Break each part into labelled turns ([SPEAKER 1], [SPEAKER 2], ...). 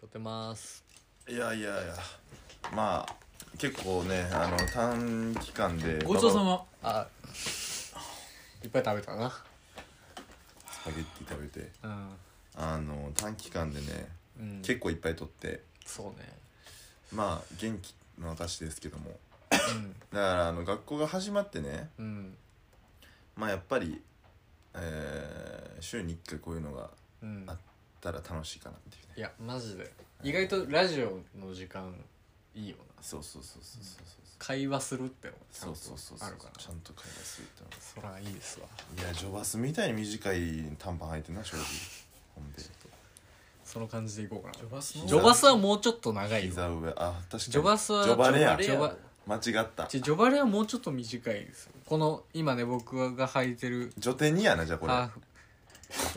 [SPEAKER 1] 撮ってます
[SPEAKER 2] いやいやいやまあ結構ねあの短期間で
[SPEAKER 3] ごちそうさま
[SPEAKER 1] あいっぱい食べたな
[SPEAKER 2] スパゲッティ食べて
[SPEAKER 1] うん、
[SPEAKER 2] あの短期間でね
[SPEAKER 1] うん、
[SPEAKER 2] 結構いっぱい取って
[SPEAKER 1] そうね
[SPEAKER 2] まあ元気の私ですけども
[SPEAKER 1] うん
[SPEAKER 2] だからあの学校が始まってね
[SPEAKER 1] うん
[SPEAKER 2] まあやっぱり、えー週に1回こういうのがあっ
[SPEAKER 1] うん
[SPEAKER 2] あたら楽しいかなっていうね
[SPEAKER 1] いやマジで意外とラジオの時間いいよな
[SPEAKER 2] そうそうそうそうそうそう
[SPEAKER 1] 会話するってのがちゃ
[SPEAKER 2] そ
[SPEAKER 1] ん
[SPEAKER 2] う
[SPEAKER 1] と
[SPEAKER 2] そうそうそう
[SPEAKER 1] あるから
[SPEAKER 2] ちゃんと会話するってのが
[SPEAKER 1] そらいいですわ
[SPEAKER 2] いやジョバスみたいに短い短パン履いてんな正直ほんで
[SPEAKER 1] その感じでいこうかな
[SPEAKER 3] ジョバスの
[SPEAKER 1] ジョバスはもうちょっと長いよ
[SPEAKER 2] 膝上あ確かに
[SPEAKER 1] ジョバスは
[SPEAKER 2] ジョバレや
[SPEAKER 1] ジョバ
[SPEAKER 2] 間違った
[SPEAKER 1] ちょジョバレはもうちょっと短いですよこの今ね僕が履いてる
[SPEAKER 2] ジョテニやなじゃあこれ
[SPEAKER 1] ハーフ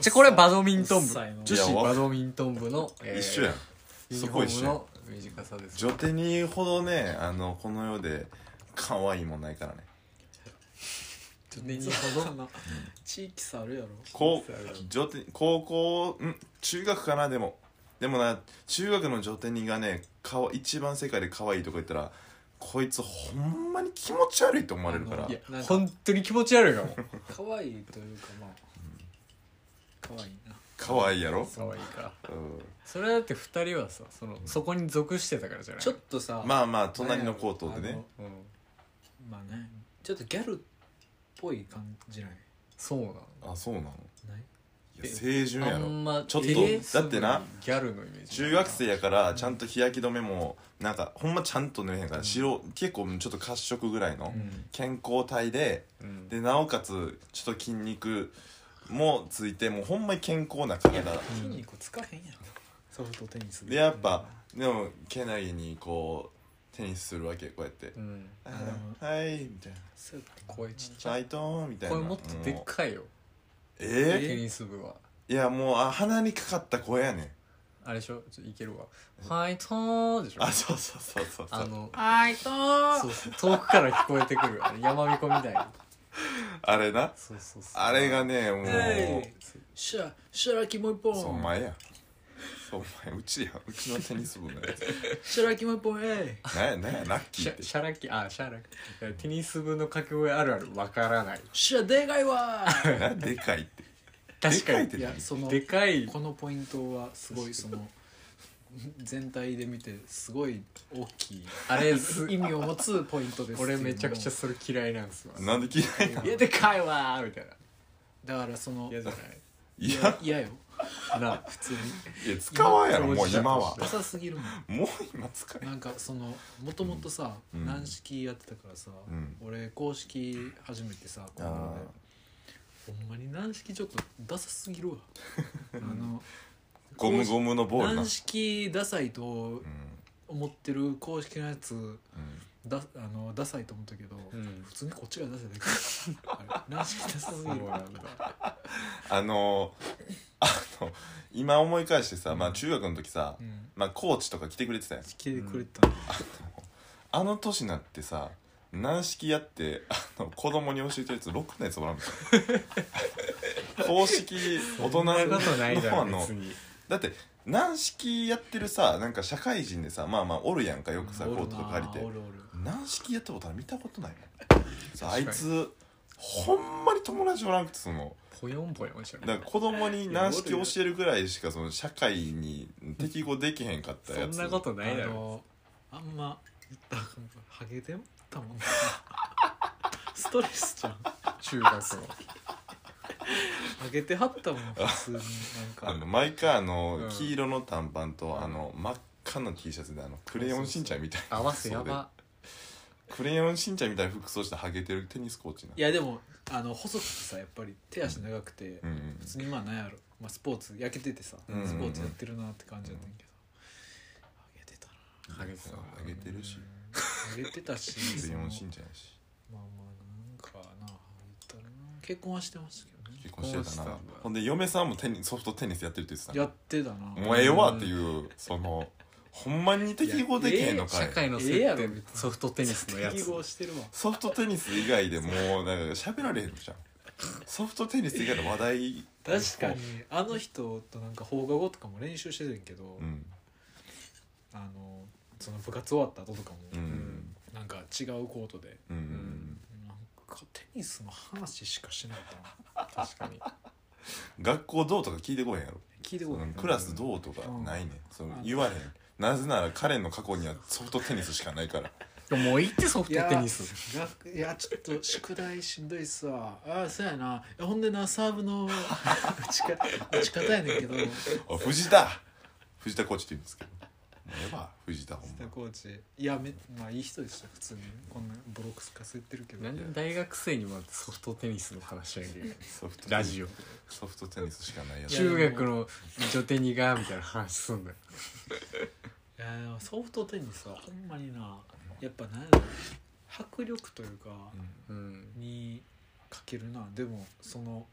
[SPEAKER 1] じゃこれバドミントン部
[SPEAKER 3] うっさいない
[SPEAKER 1] 女
[SPEAKER 2] や
[SPEAKER 1] 子
[SPEAKER 2] わ
[SPEAKER 1] バドミントン部の、えー
[SPEAKER 2] 一緒やん
[SPEAKER 1] ユニ
[SPEAKER 2] そ
[SPEAKER 1] フォ
[SPEAKER 2] こ
[SPEAKER 1] ーム
[SPEAKER 2] 一緒やん
[SPEAKER 1] の短さです
[SPEAKER 2] ジョテニほどねあのこの世で可愛いもんないからね
[SPEAKER 1] ちょっと
[SPEAKER 3] 年にほどな地域差あるやろ
[SPEAKER 2] こうジョテ高校ん中学かなでもでもな中学のジョテニがねかわ一番世界で可愛いとこ言ったらこいつほんまに気持ち悪いと思われるから
[SPEAKER 1] いや
[SPEAKER 3] なんか
[SPEAKER 1] 本当に気持ち悪いかも
[SPEAKER 3] 可愛いというかまあ可愛いな
[SPEAKER 2] 可愛いやろ
[SPEAKER 1] 可愛いから
[SPEAKER 2] う
[SPEAKER 1] それはだって2人はさそのそこに属してたからじゃない
[SPEAKER 3] ちょっとさ
[SPEAKER 2] んまあまあ隣のコートで
[SPEAKER 3] あ
[SPEAKER 2] ね
[SPEAKER 3] の
[SPEAKER 1] うん、
[SPEAKER 3] まあねちょっとギャルっぽい感じない
[SPEAKER 1] そうなの
[SPEAKER 2] あそうなの
[SPEAKER 3] ない
[SPEAKER 2] いや青春や
[SPEAKER 1] あ
[SPEAKER 2] ろ
[SPEAKER 1] んま
[SPEAKER 2] ちょっと
[SPEAKER 1] えー
[SPEAKER 2] だってな
[SPEAKER 1] ギャルのイメージ
[SPEAKER 2] 中学生やからちゃんと日焼け止めもなんかほんまちゃんと塗れへんから白結構ちょっと褐色ぐらいの
[SPEAKER 3] うん
[SPEAKER 2] 健康体で
[SPEAKER 1] うん
[SPEAKER 2] でなおかつちょっと筋肉もついてもうほんまに健康な体
[SPEAKER 3] 筋肉つかへんやろソフトテニス
[SPEAKER 2] でやっぱでもけなげにこうテニスするわけこうやって
[SPEAKER 1] うん
[SPEAKER 2] 「あはい」みたいな
[SPEAKER 3] そうやって
[SPEAKER 1] 声ちっ
[SPEAKER 2] 「
[SPEAKER 1] ち
[SPEAKER 2] フ
[SPEAKER 1] ゃ
[SPEAKER 2] ァ
[SPEAKER 1] い
[SPEAKER 2] イト」みたいな
[SPEAKER 1] 声もっとでっ
[SPEAKER 2] もう
[SPEAKER 1] かいよ
[SPEAKER 2] え
[SPEAKER 1] テニス部は
[SPEAKER 2] ーいやもうあ鼻にかかった声やねん
[SPEAKER 1] あれでしょちょっといけるわ「ファイトー」でしょ
[SPEAKER 2] あそうそうそうそうそ
[SPEAKER 1] あ
[SPEAKER 2] う
[SPEAKER 1] の
[SPEAKER 3] はいとー
[SPEAKER 1] そうそう遠くから聞こえてくるあの山巫女みたいな
[SPEAKER 2] あれな
[SPEAKER 1] そうそうそう
[SPEAKER 2] あれがねもう
[SPEAKER 3] えいシャシャラキもう一
[SPEAKER 2] そうお
[SPEAKER 3] 本
[SPEAKER 2] 前やそうお前うちやうちのテニス部のやつ
[SPEAKER 3] シャラキもう一本えい
[SPEAKER 2] なんやなんやラッキ
[SPEAKER 1] シ
[SPEAKER 2] ーって
[SPEAKER 1] ャシャラキあシャラキいやテニス部の掛け声あるあるわからない
[SPEAKER 3] シャでかいわ ー
[SPEAKER 2] なんでかいって
[SPEAKER 1] 確かに
[SPEAKER 2] でか
[SPEAKER 3] いやその
[SPEAKER 1] でかい
[SPEAKER 3] このポイントはすごいその全体で見てすごい大きい
[SPEAKER 1] あれす
[SPEAKER 3] 意味を持つポイントです
[SPEAKER 1] 俺めちゃくちゃ
[SPEAKER 3] って
[SPEAKER 1] それ嫌いなんですわ
[SPEAKER 2] なんで嫌いなの
[SPEAKER 1] いやでかいわーみたいな
[SPEAKER 3] いうのもだからその
[SPEAKER 1] 嫌じゃ
[SPEAKER 2] い
[SPEAKER 3] いや
[SPEAKER 2] や
[SPEAKER 3] 嫌よ
[SPEAKER 1] ないなあ
[SPEAKER 3] 普通に
[SPEAKER 2] いや使わんやろもう
[SPEAKER 1] 今
[SPEAKER 2] 今は
[SPEAKER 1] そ
[SPEAKER 3] 浅すぎるもん
[SPEAKER 2] もう今使え
[SPEAKER 3] なんかそのもともとさ、
[SPEAKER 2] うん
[SPEAKER 3] 軟式やってたからさ、
[SPEAKER 2] うん
[SPEAKER 3] 俺公式初めてさこの
[SPEAKER 2] あ
[SPEAKER 3] ほんまに軟式ちょっとダサすぎるわあの
[SPEAKER 2] ゴムゴムのボールな
[SPEAKER 3] 軟式ダサいと
[SPEAKER 2] うん
[SPEAKER 3] 思ってる公式のやつ
[SPEAKER 2] うん
[SPEAKER 3] だあのダサいと思ったけど、
[SPEAKER 1] うん
[SPEAKER 3] 普通にこっちが出せばいいから軟式ダサす
[SPEAKER 1] す
[SPEAKER 3] ぎ
[SPEAKER 1] ごい
[SPEAKER 3] る
[SPEAKER 1] なんだ
[SPEAKER 2] あのーあの今思い返してさまあ中学の時さ
[SPEAKER 3] うん
[SPEAKER 2] まあコーチとか来てくれてたやん
[SPEAKER 3] 来てくれたの、
[SPEAKER 2] あの年になってさ軟式やってあの子供に教えてるやつろくなやつおら んか公式大人の
[SPEAKER 1] そんなことないだ
[SPEAKER 2] あ
[SPEAKER 1] ろ
[SPEAKER 2] の
[SPEAKER 1] 別に
[SPEAKER 2] だって軟式やってるさなんか社会人でさまあまあおるやんかよくさコ
[SPEAKER 3] お
[SPEAKER 2] ー
[SPEAKER 3] る
[SPEAKER 2] ト
[SPEAKER 3] な
[SPEAKER 2] とか借りて
[SPEAKER 3] おるおる
[SPEAKER 2] 軟式やったことは見たことないもんさあ
[SPEAKER 1] 確
[SPEAKER 2] い
[SPEAKER 1] かに
[SPEAKER 2] つほんまに友達おらんくてその
[SPEAKER 1] ぽよんぽよんしちゃ
[SPEAKER 2] だから子供に軟式教えるぐらいしかその社会に適合できへんかった
[SPEAKER 1] そ
[SPEAKER 2] や
[SPEAKER 1] ん
[SPEAKER 2] つ
[SPEAKER 1] なことないだ
[SPEAKER 3] あ
[SPEAKER 1] ろ
[SPEAKER 3] のあんま言ったらあかんからハゲてたもんなストレスじゃんハ
[SPEAKER 1] 中学の
[SPEAKER 3] ゲてはったもん普通にな
[SPEAKER 2] あ
[SPEAKER 3] ん
[SPEAKER 2] の
[SPEAKER 3] か
[SPEAKER 2] 毎回あの、
[SPEAKER 1] うん
[SPEAKER 2] 黄色の短パンとあの真っ赤の T シャツであのクレヨンしんちゃんみたいな
[SPEAKER 1] 合わせやば
[SPEAKER 2] 服装でクレヨンしんちゃんみたいな服装してハゲてるテニスコーチない
[SPEAKER 3] やでもあの細くてさやっぱり手足長くて、
[SPEAKER 2] うんうん
[SPEAKER 3] 普通にまあなんやろ、まあ、スポーツ焼けててさ、
[SPEAKER 2] うんうんうん
[SPEAKER 3] スポーツやってるなって感じやったんやけどハゲてたな
[SPEAKER 1] ハゲてた
[SPEAKER 2] ハゲてるし
[SPEAKER 3] ハゲてたし
[SPEAKER 2] クレヨン
[SPEAKER 3] そ
[SPEAKER 2] し
[SPEAKER 3] の
[SPEAKER 2] んちゃんやし
[SPEAKER 3] まあまあなんかな言ったらな結婚はしてましたけどね
[SPEAKER 2] 結婚してた
[SPEAKER 1] 結婚
[SPEAKER 2] な
[SPEAKER 1] してた
[SPEAKER 2] ほんで嫁さんもテニソフトテニスやってるって言ってたな
[SPEAKER 3] やってたな
[SPEAKER 2] もうええわっていうそのほんまに適合できへんのかい
[SPEAKER 1] 社会の
[SPEAKER 3] ええ
[SPEAKER 1] 接
[SPEAKER 3] やろ
[SPEAKER 1] 点ソフトテニスのや
[SPEAKER 3] 適
[SPEAKER 1] つ
[SPEAKER 3] 合してるもん
[SPEAKER 2] ソフトテニス以外でもうなんか喋られへんじゃんソフトテニス以外の話題
[SPEAKER 3] 確かにあの人となんか放課後とかも練習してるんやけど、
[SPEAKER 2] うん
[SPEAKER 3] あのその部活終わった後とかも、
[SPEAKER 2] うん
[SPEAKER 3] なんか違うコートで
[SPEAKER 2] うん、
[SPEAKER 3] なんかテニスの話しかしなかったな
[SPEAKER 1] 確かに
[SPEAKER 2] 学校どうとか聞いてこへんやろ、
[SPEAKER 3] 聞いてこ
[SPEAKER 2] う
[SPEAKER 3] ない
[SPEAKER 2] ん、クラスどうとかないねん、その
[SPEAKER 3] うん
[SPEAKER 2] 言われへんなぜなら彼の過去にはソフトテニスしかないから
[SPEAKER 1] でももういいってソフ
[SPEAKER 3] い
[SPEAKER 1] ト
[SPEAKER 3] や
[SPEAKER 1] テニス
[SPEAKER 3] 学いやちょっと宿題しんどいっすわああそうやないやほんでなサーブの打ちか打ち方やねんけど
[SPEAKER 2] あ藤田藤田コーチって言うんですけどもうええわ藤田ほん
[SPEAKER 3] スタ
[SPEAKER 2] ま
[SPEAKER 3] コーチいやめまあいい人でした普通にこんなボロクスかすってるけど
[SPEAKER 1] なんで大学生にもソフトテニスの話やねん
[SPEAKER 2] ソフト
[SPEAKER 1] ラジオ
[SPEAKER 2] ソフトテニスしかないやつ
[SPEAKER 3] いや
[SPEAKER 1] 中学の女手にがみたいな話すんだよ
[SPEAKER 3] いやでもソフトテニスはほんまになやっぱなんやろ迫力というか
[SPEAKER 1] うん
[SPEAKER 3] にかけるなでもその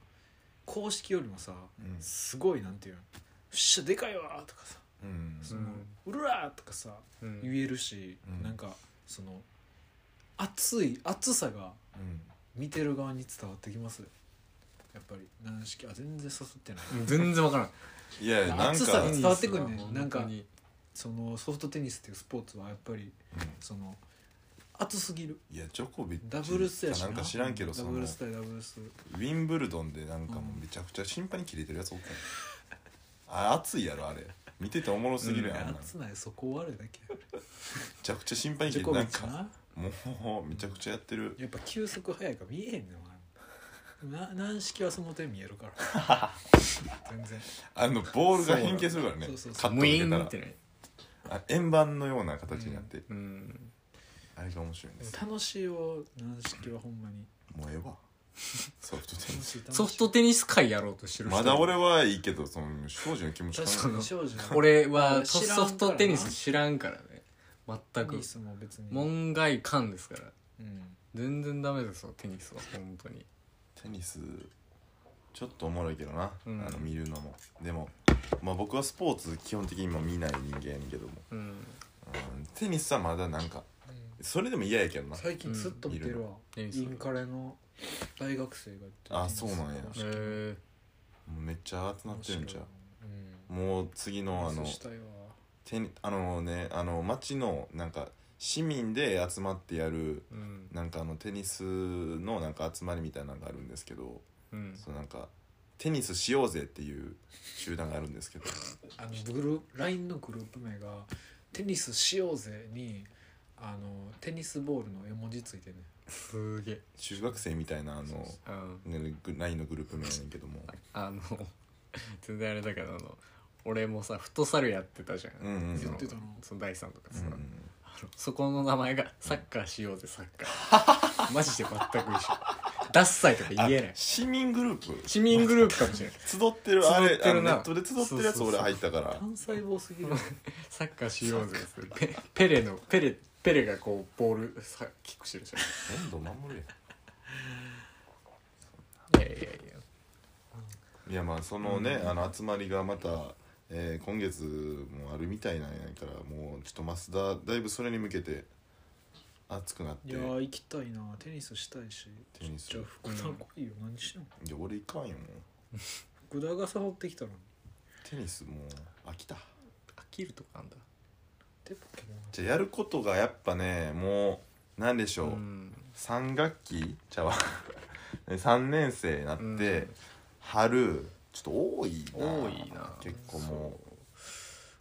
[SPEAKER 3] 公式よりもさ
[SPEAKER 2] うん
[SPEAKER 3] すごいなんていうの「っしゃでかいわ」とかさ
[SPEAKER 2] うん
[SPEAKER 3] 「その
[SPEAKER 1] うん
[SPEAKER 3] うるら」とかさ
[SPEAKER 1] うん
[SPEAKER 3] 言えるし、
[SPEAKER 2] うん
[SPEAKER 3] なんかその熱い熱さが
[SPEAKER 2] うん
[SPEAKER 3] 見てる側に伝わってきますやっぱり軟式あ全然誘ってない
[SPEAKER 1] 全然わからん
[SPEAKER 2] いやいやなん
[SPEAKER 3] 暑さ
[SPEAKER 2] か
[SPEAKER 3] が伝わってくんね
[SPEAKER 1] テニスは
[SPEAKER 3] なんか
[SPEAKER 1] 本当に
[SPEAKER 3] そのソフトテニスっていうスポーツはやっぱり
[SPEAKER 2] うん
[SPEAKER 3] その熱すぎる
[SPEAKER 2] いやジョコビッチ
[SPEAKER 3] ダブルスやし
[SPEAKER 2] なんか知らんけど
[SPEAKER 3] ダ
[SPEAKER 2] そ
[SPEAKER 3] ブ
[SPEAKER 2] のウ
[SPEAKER 3] ルス対ダブルス
[SPEAKER 2] ィンブルドンでなんかもうめちゃくちゃ審判に切れてるやつおったん やあ熱いやろあれ見てておもろすぎるやんあんなのめ
[SPEAKER 3] 熱ないそこ悪いだけ
[SPEAKER 2] ちゃくちゃ審判に切
[SPEAKER 3] ジョ
[SPEAKER 2] れ
[SPEAKER 3] コ
[SPEAKER 2] て
[SPEAKER 3] ビ
[SPEAKER 2] なん
[SPEAKER 3] ッチ
[SPEAKER 2] か
[SPEAKER 3] な
[SPEAKER 2] もうめちゃくちゃやってる
[SPEAKER 3] やっぱ球速速いから見えへんねんお前な軟式はその点見えるから 全然
[SPEAKER 2] あのボールが変形するからね
[SPEAKER 3] そうそうそ
[SPEAKER 2] カ
[SPEAKER 3] う
[SPEAKER 2] ット
[SPEAKER 1] ムイ
[SPEAKER 2] 受け
[SPEAKER 1] ー
[SPEAKER 2] た
[SPEAKER 1] ン
[SPEAKER 2] ら
[SPEAKER 1] ってね
[SPEAKER 2] あ円盤のような形になって
[SPEAKER 1] うん
[SPEAKER 2] あれが面白いんです
[SPEAKER 3] でも楽しいよ軟式はほんまに
[SPEAKER 2] もうええ わソフトテニ
[SPEAKER 3] 楽
[SPEAKER 2] ス
[SPEAKER 3] しい楽しい
[SPEAKER 1] ソフトテニス界やろうとしてる人
[SPEAKER 2] まだ俺はいいけどその庄司の気持ち
[SPEAKER 3] 確
[SPEAKER 2] 考
[SPEAKER 3] か
[SPEAKER 2] え
[SPEAKER 3] に少女
[SPEAKER 1] 俺は
[SPEAKER 3] 知らんからな
[SPEAKER 1] ソフトテニス知らんからね全
[SPEAKER 3] テ
[SPEAKER 1] く
[SPEAKER 3] ニスも別に
[SPEAKER 1] 門外漢ですから
[SPEAKER 3] うん
[SPEAKER 1] 全然ダメですよテニスは本当に
[SPEAKER 2] テニスちょっとおもろいけどな、
[SPEAKER 1] うん
[SPEAKER 2] あの見るのもでも、まあ、僕はスポーツ基本的に今見ない人間やねんけども、
[SPEAKER 1] うん
[SPEAKER 2] うん、テニスはまだなんか
[SPEAKER 3] うん
[SPEAKER 2] それでも嫌やけどな
[SPEAKER 3] 最近ずっと見てるわ
[SPEAKER 1] うんいる
[SPEAKER 3] インカレの大学生がやってる
[SPEAKER 2] あそうなん
[SPEAKER 1] へ
[SPEAKER 2] や
[SPEAKER 1] え
[SPEAKER 2] もうめっちゃ集まってるんちゃう
[SPEAKER 3] う
[SPEAKER 2] もう次
[SPEAKER 3] ん
[SPEAKER 2] のあ
[SPEAKER 3] ミ
[SPEAKER 2] の
[SPEAKER 3] スしたいわ
[SPEAKER 2] テニあのねあの町のなんか市民で集まってやる
[SPEAKER 1] うん
[SPEAKER 2] なんかあのテニスのなんか集まりみたいなのがあるんですけど
[SPEAKER 1] うん
[SPEAKER 2] そうなんかテニスしようぜっていう集団があるんですけど
[SPEAKER 3] あのグループ LINE のグループ名が「テニスしようぜ」にあのテニスボールの絵文字ついてんね
[SPEAKER 1] すげえ
[SPEAKER 2] 中学生みたいなあ
[SPEAKER 3] そう
[SPEAKER 2] の
[SPEAKER 3] そう
[SPEAKER 1] うん
[SPEAKER 2] ね、グ LINE のグループ名やねんけども
[SPEAKER 1] あの 全然あれだけどあの俺もさフットサルやってたじゃん、
[SPEAKER 2] うんうんうん
[SPEAKER 1] その
[SPEAKER 3] やってたの
[SPEAKER 1] その第三とか
[SPEAKER 2] う
[SPEAKER 1] さ、
[SPEAKER 2] ん
[SPEAKER 1] あのそこの名前がサッカーしようぜサッカーマジで全く一緒ダッサいとか言えない
[SPEAKER 2] あ市民グループ
[SPEAKER 1] 市民グループかもしれない
[SPEAKER 2] 集ってるあ
[SPEAKER 1] 集
[SPEAKER 2] れ
[SPEAKER 1] って
[SPEAKER 2] あの
[SPEAKER 1] る
[SPEAKER 2] ネ
[SPEAKER 1] な
[SPEAKER 2] ットで集ってるやつ
[SPEAKER 1] そうそうそう
[SPEAKER 2] 俺入ったから
[SPEAKER 3] 単細胞すぎる
[SPEAKER 1] サッカーしようぜっつってペペレのペレペレがこうボールさキックしてるじゃ
[SPEAKER 2] どんどん守る
[SPEAKER 1] んいやいやいや
[SPEAKER 2] やんいやまあそのね、あの集まりがまた、えー今月もあるみたいなんやからもうちょっと増田だいぶそれに向けて熱くなって
[SPEAKER 3] い
[SPEAKER 2] い
[SPEAKER 3] や
[SPEAKER 2] や
[SPEAKER 3] ー行きたいなテニスしたいし
[SPEAKER 2] テニス
[SPEAKER 3] じゃあ福田来いよ何してんの
[SPEAKER 2] 俺いかんよもう
[SPEAKER 3] 福田が誘ってきたのに
[SPEAKER 2] テニスもう飽きた
[SPEAKER 1] 飽きるとかあんだ
[SPEAKER 3] でポケモン
[SPEAKER 2] じゃあやることがやっぱねもうなんでしょう、
[SPEAKER 1] うん
[SPEAKER 2] 3学期ちゃう わ3年生になって、
[SPEAKER 1] うん
[SPEAKER 2] 春ちょっと多いな
[SPEAKER 1] 多いな
[SPEAKER 2] 結構も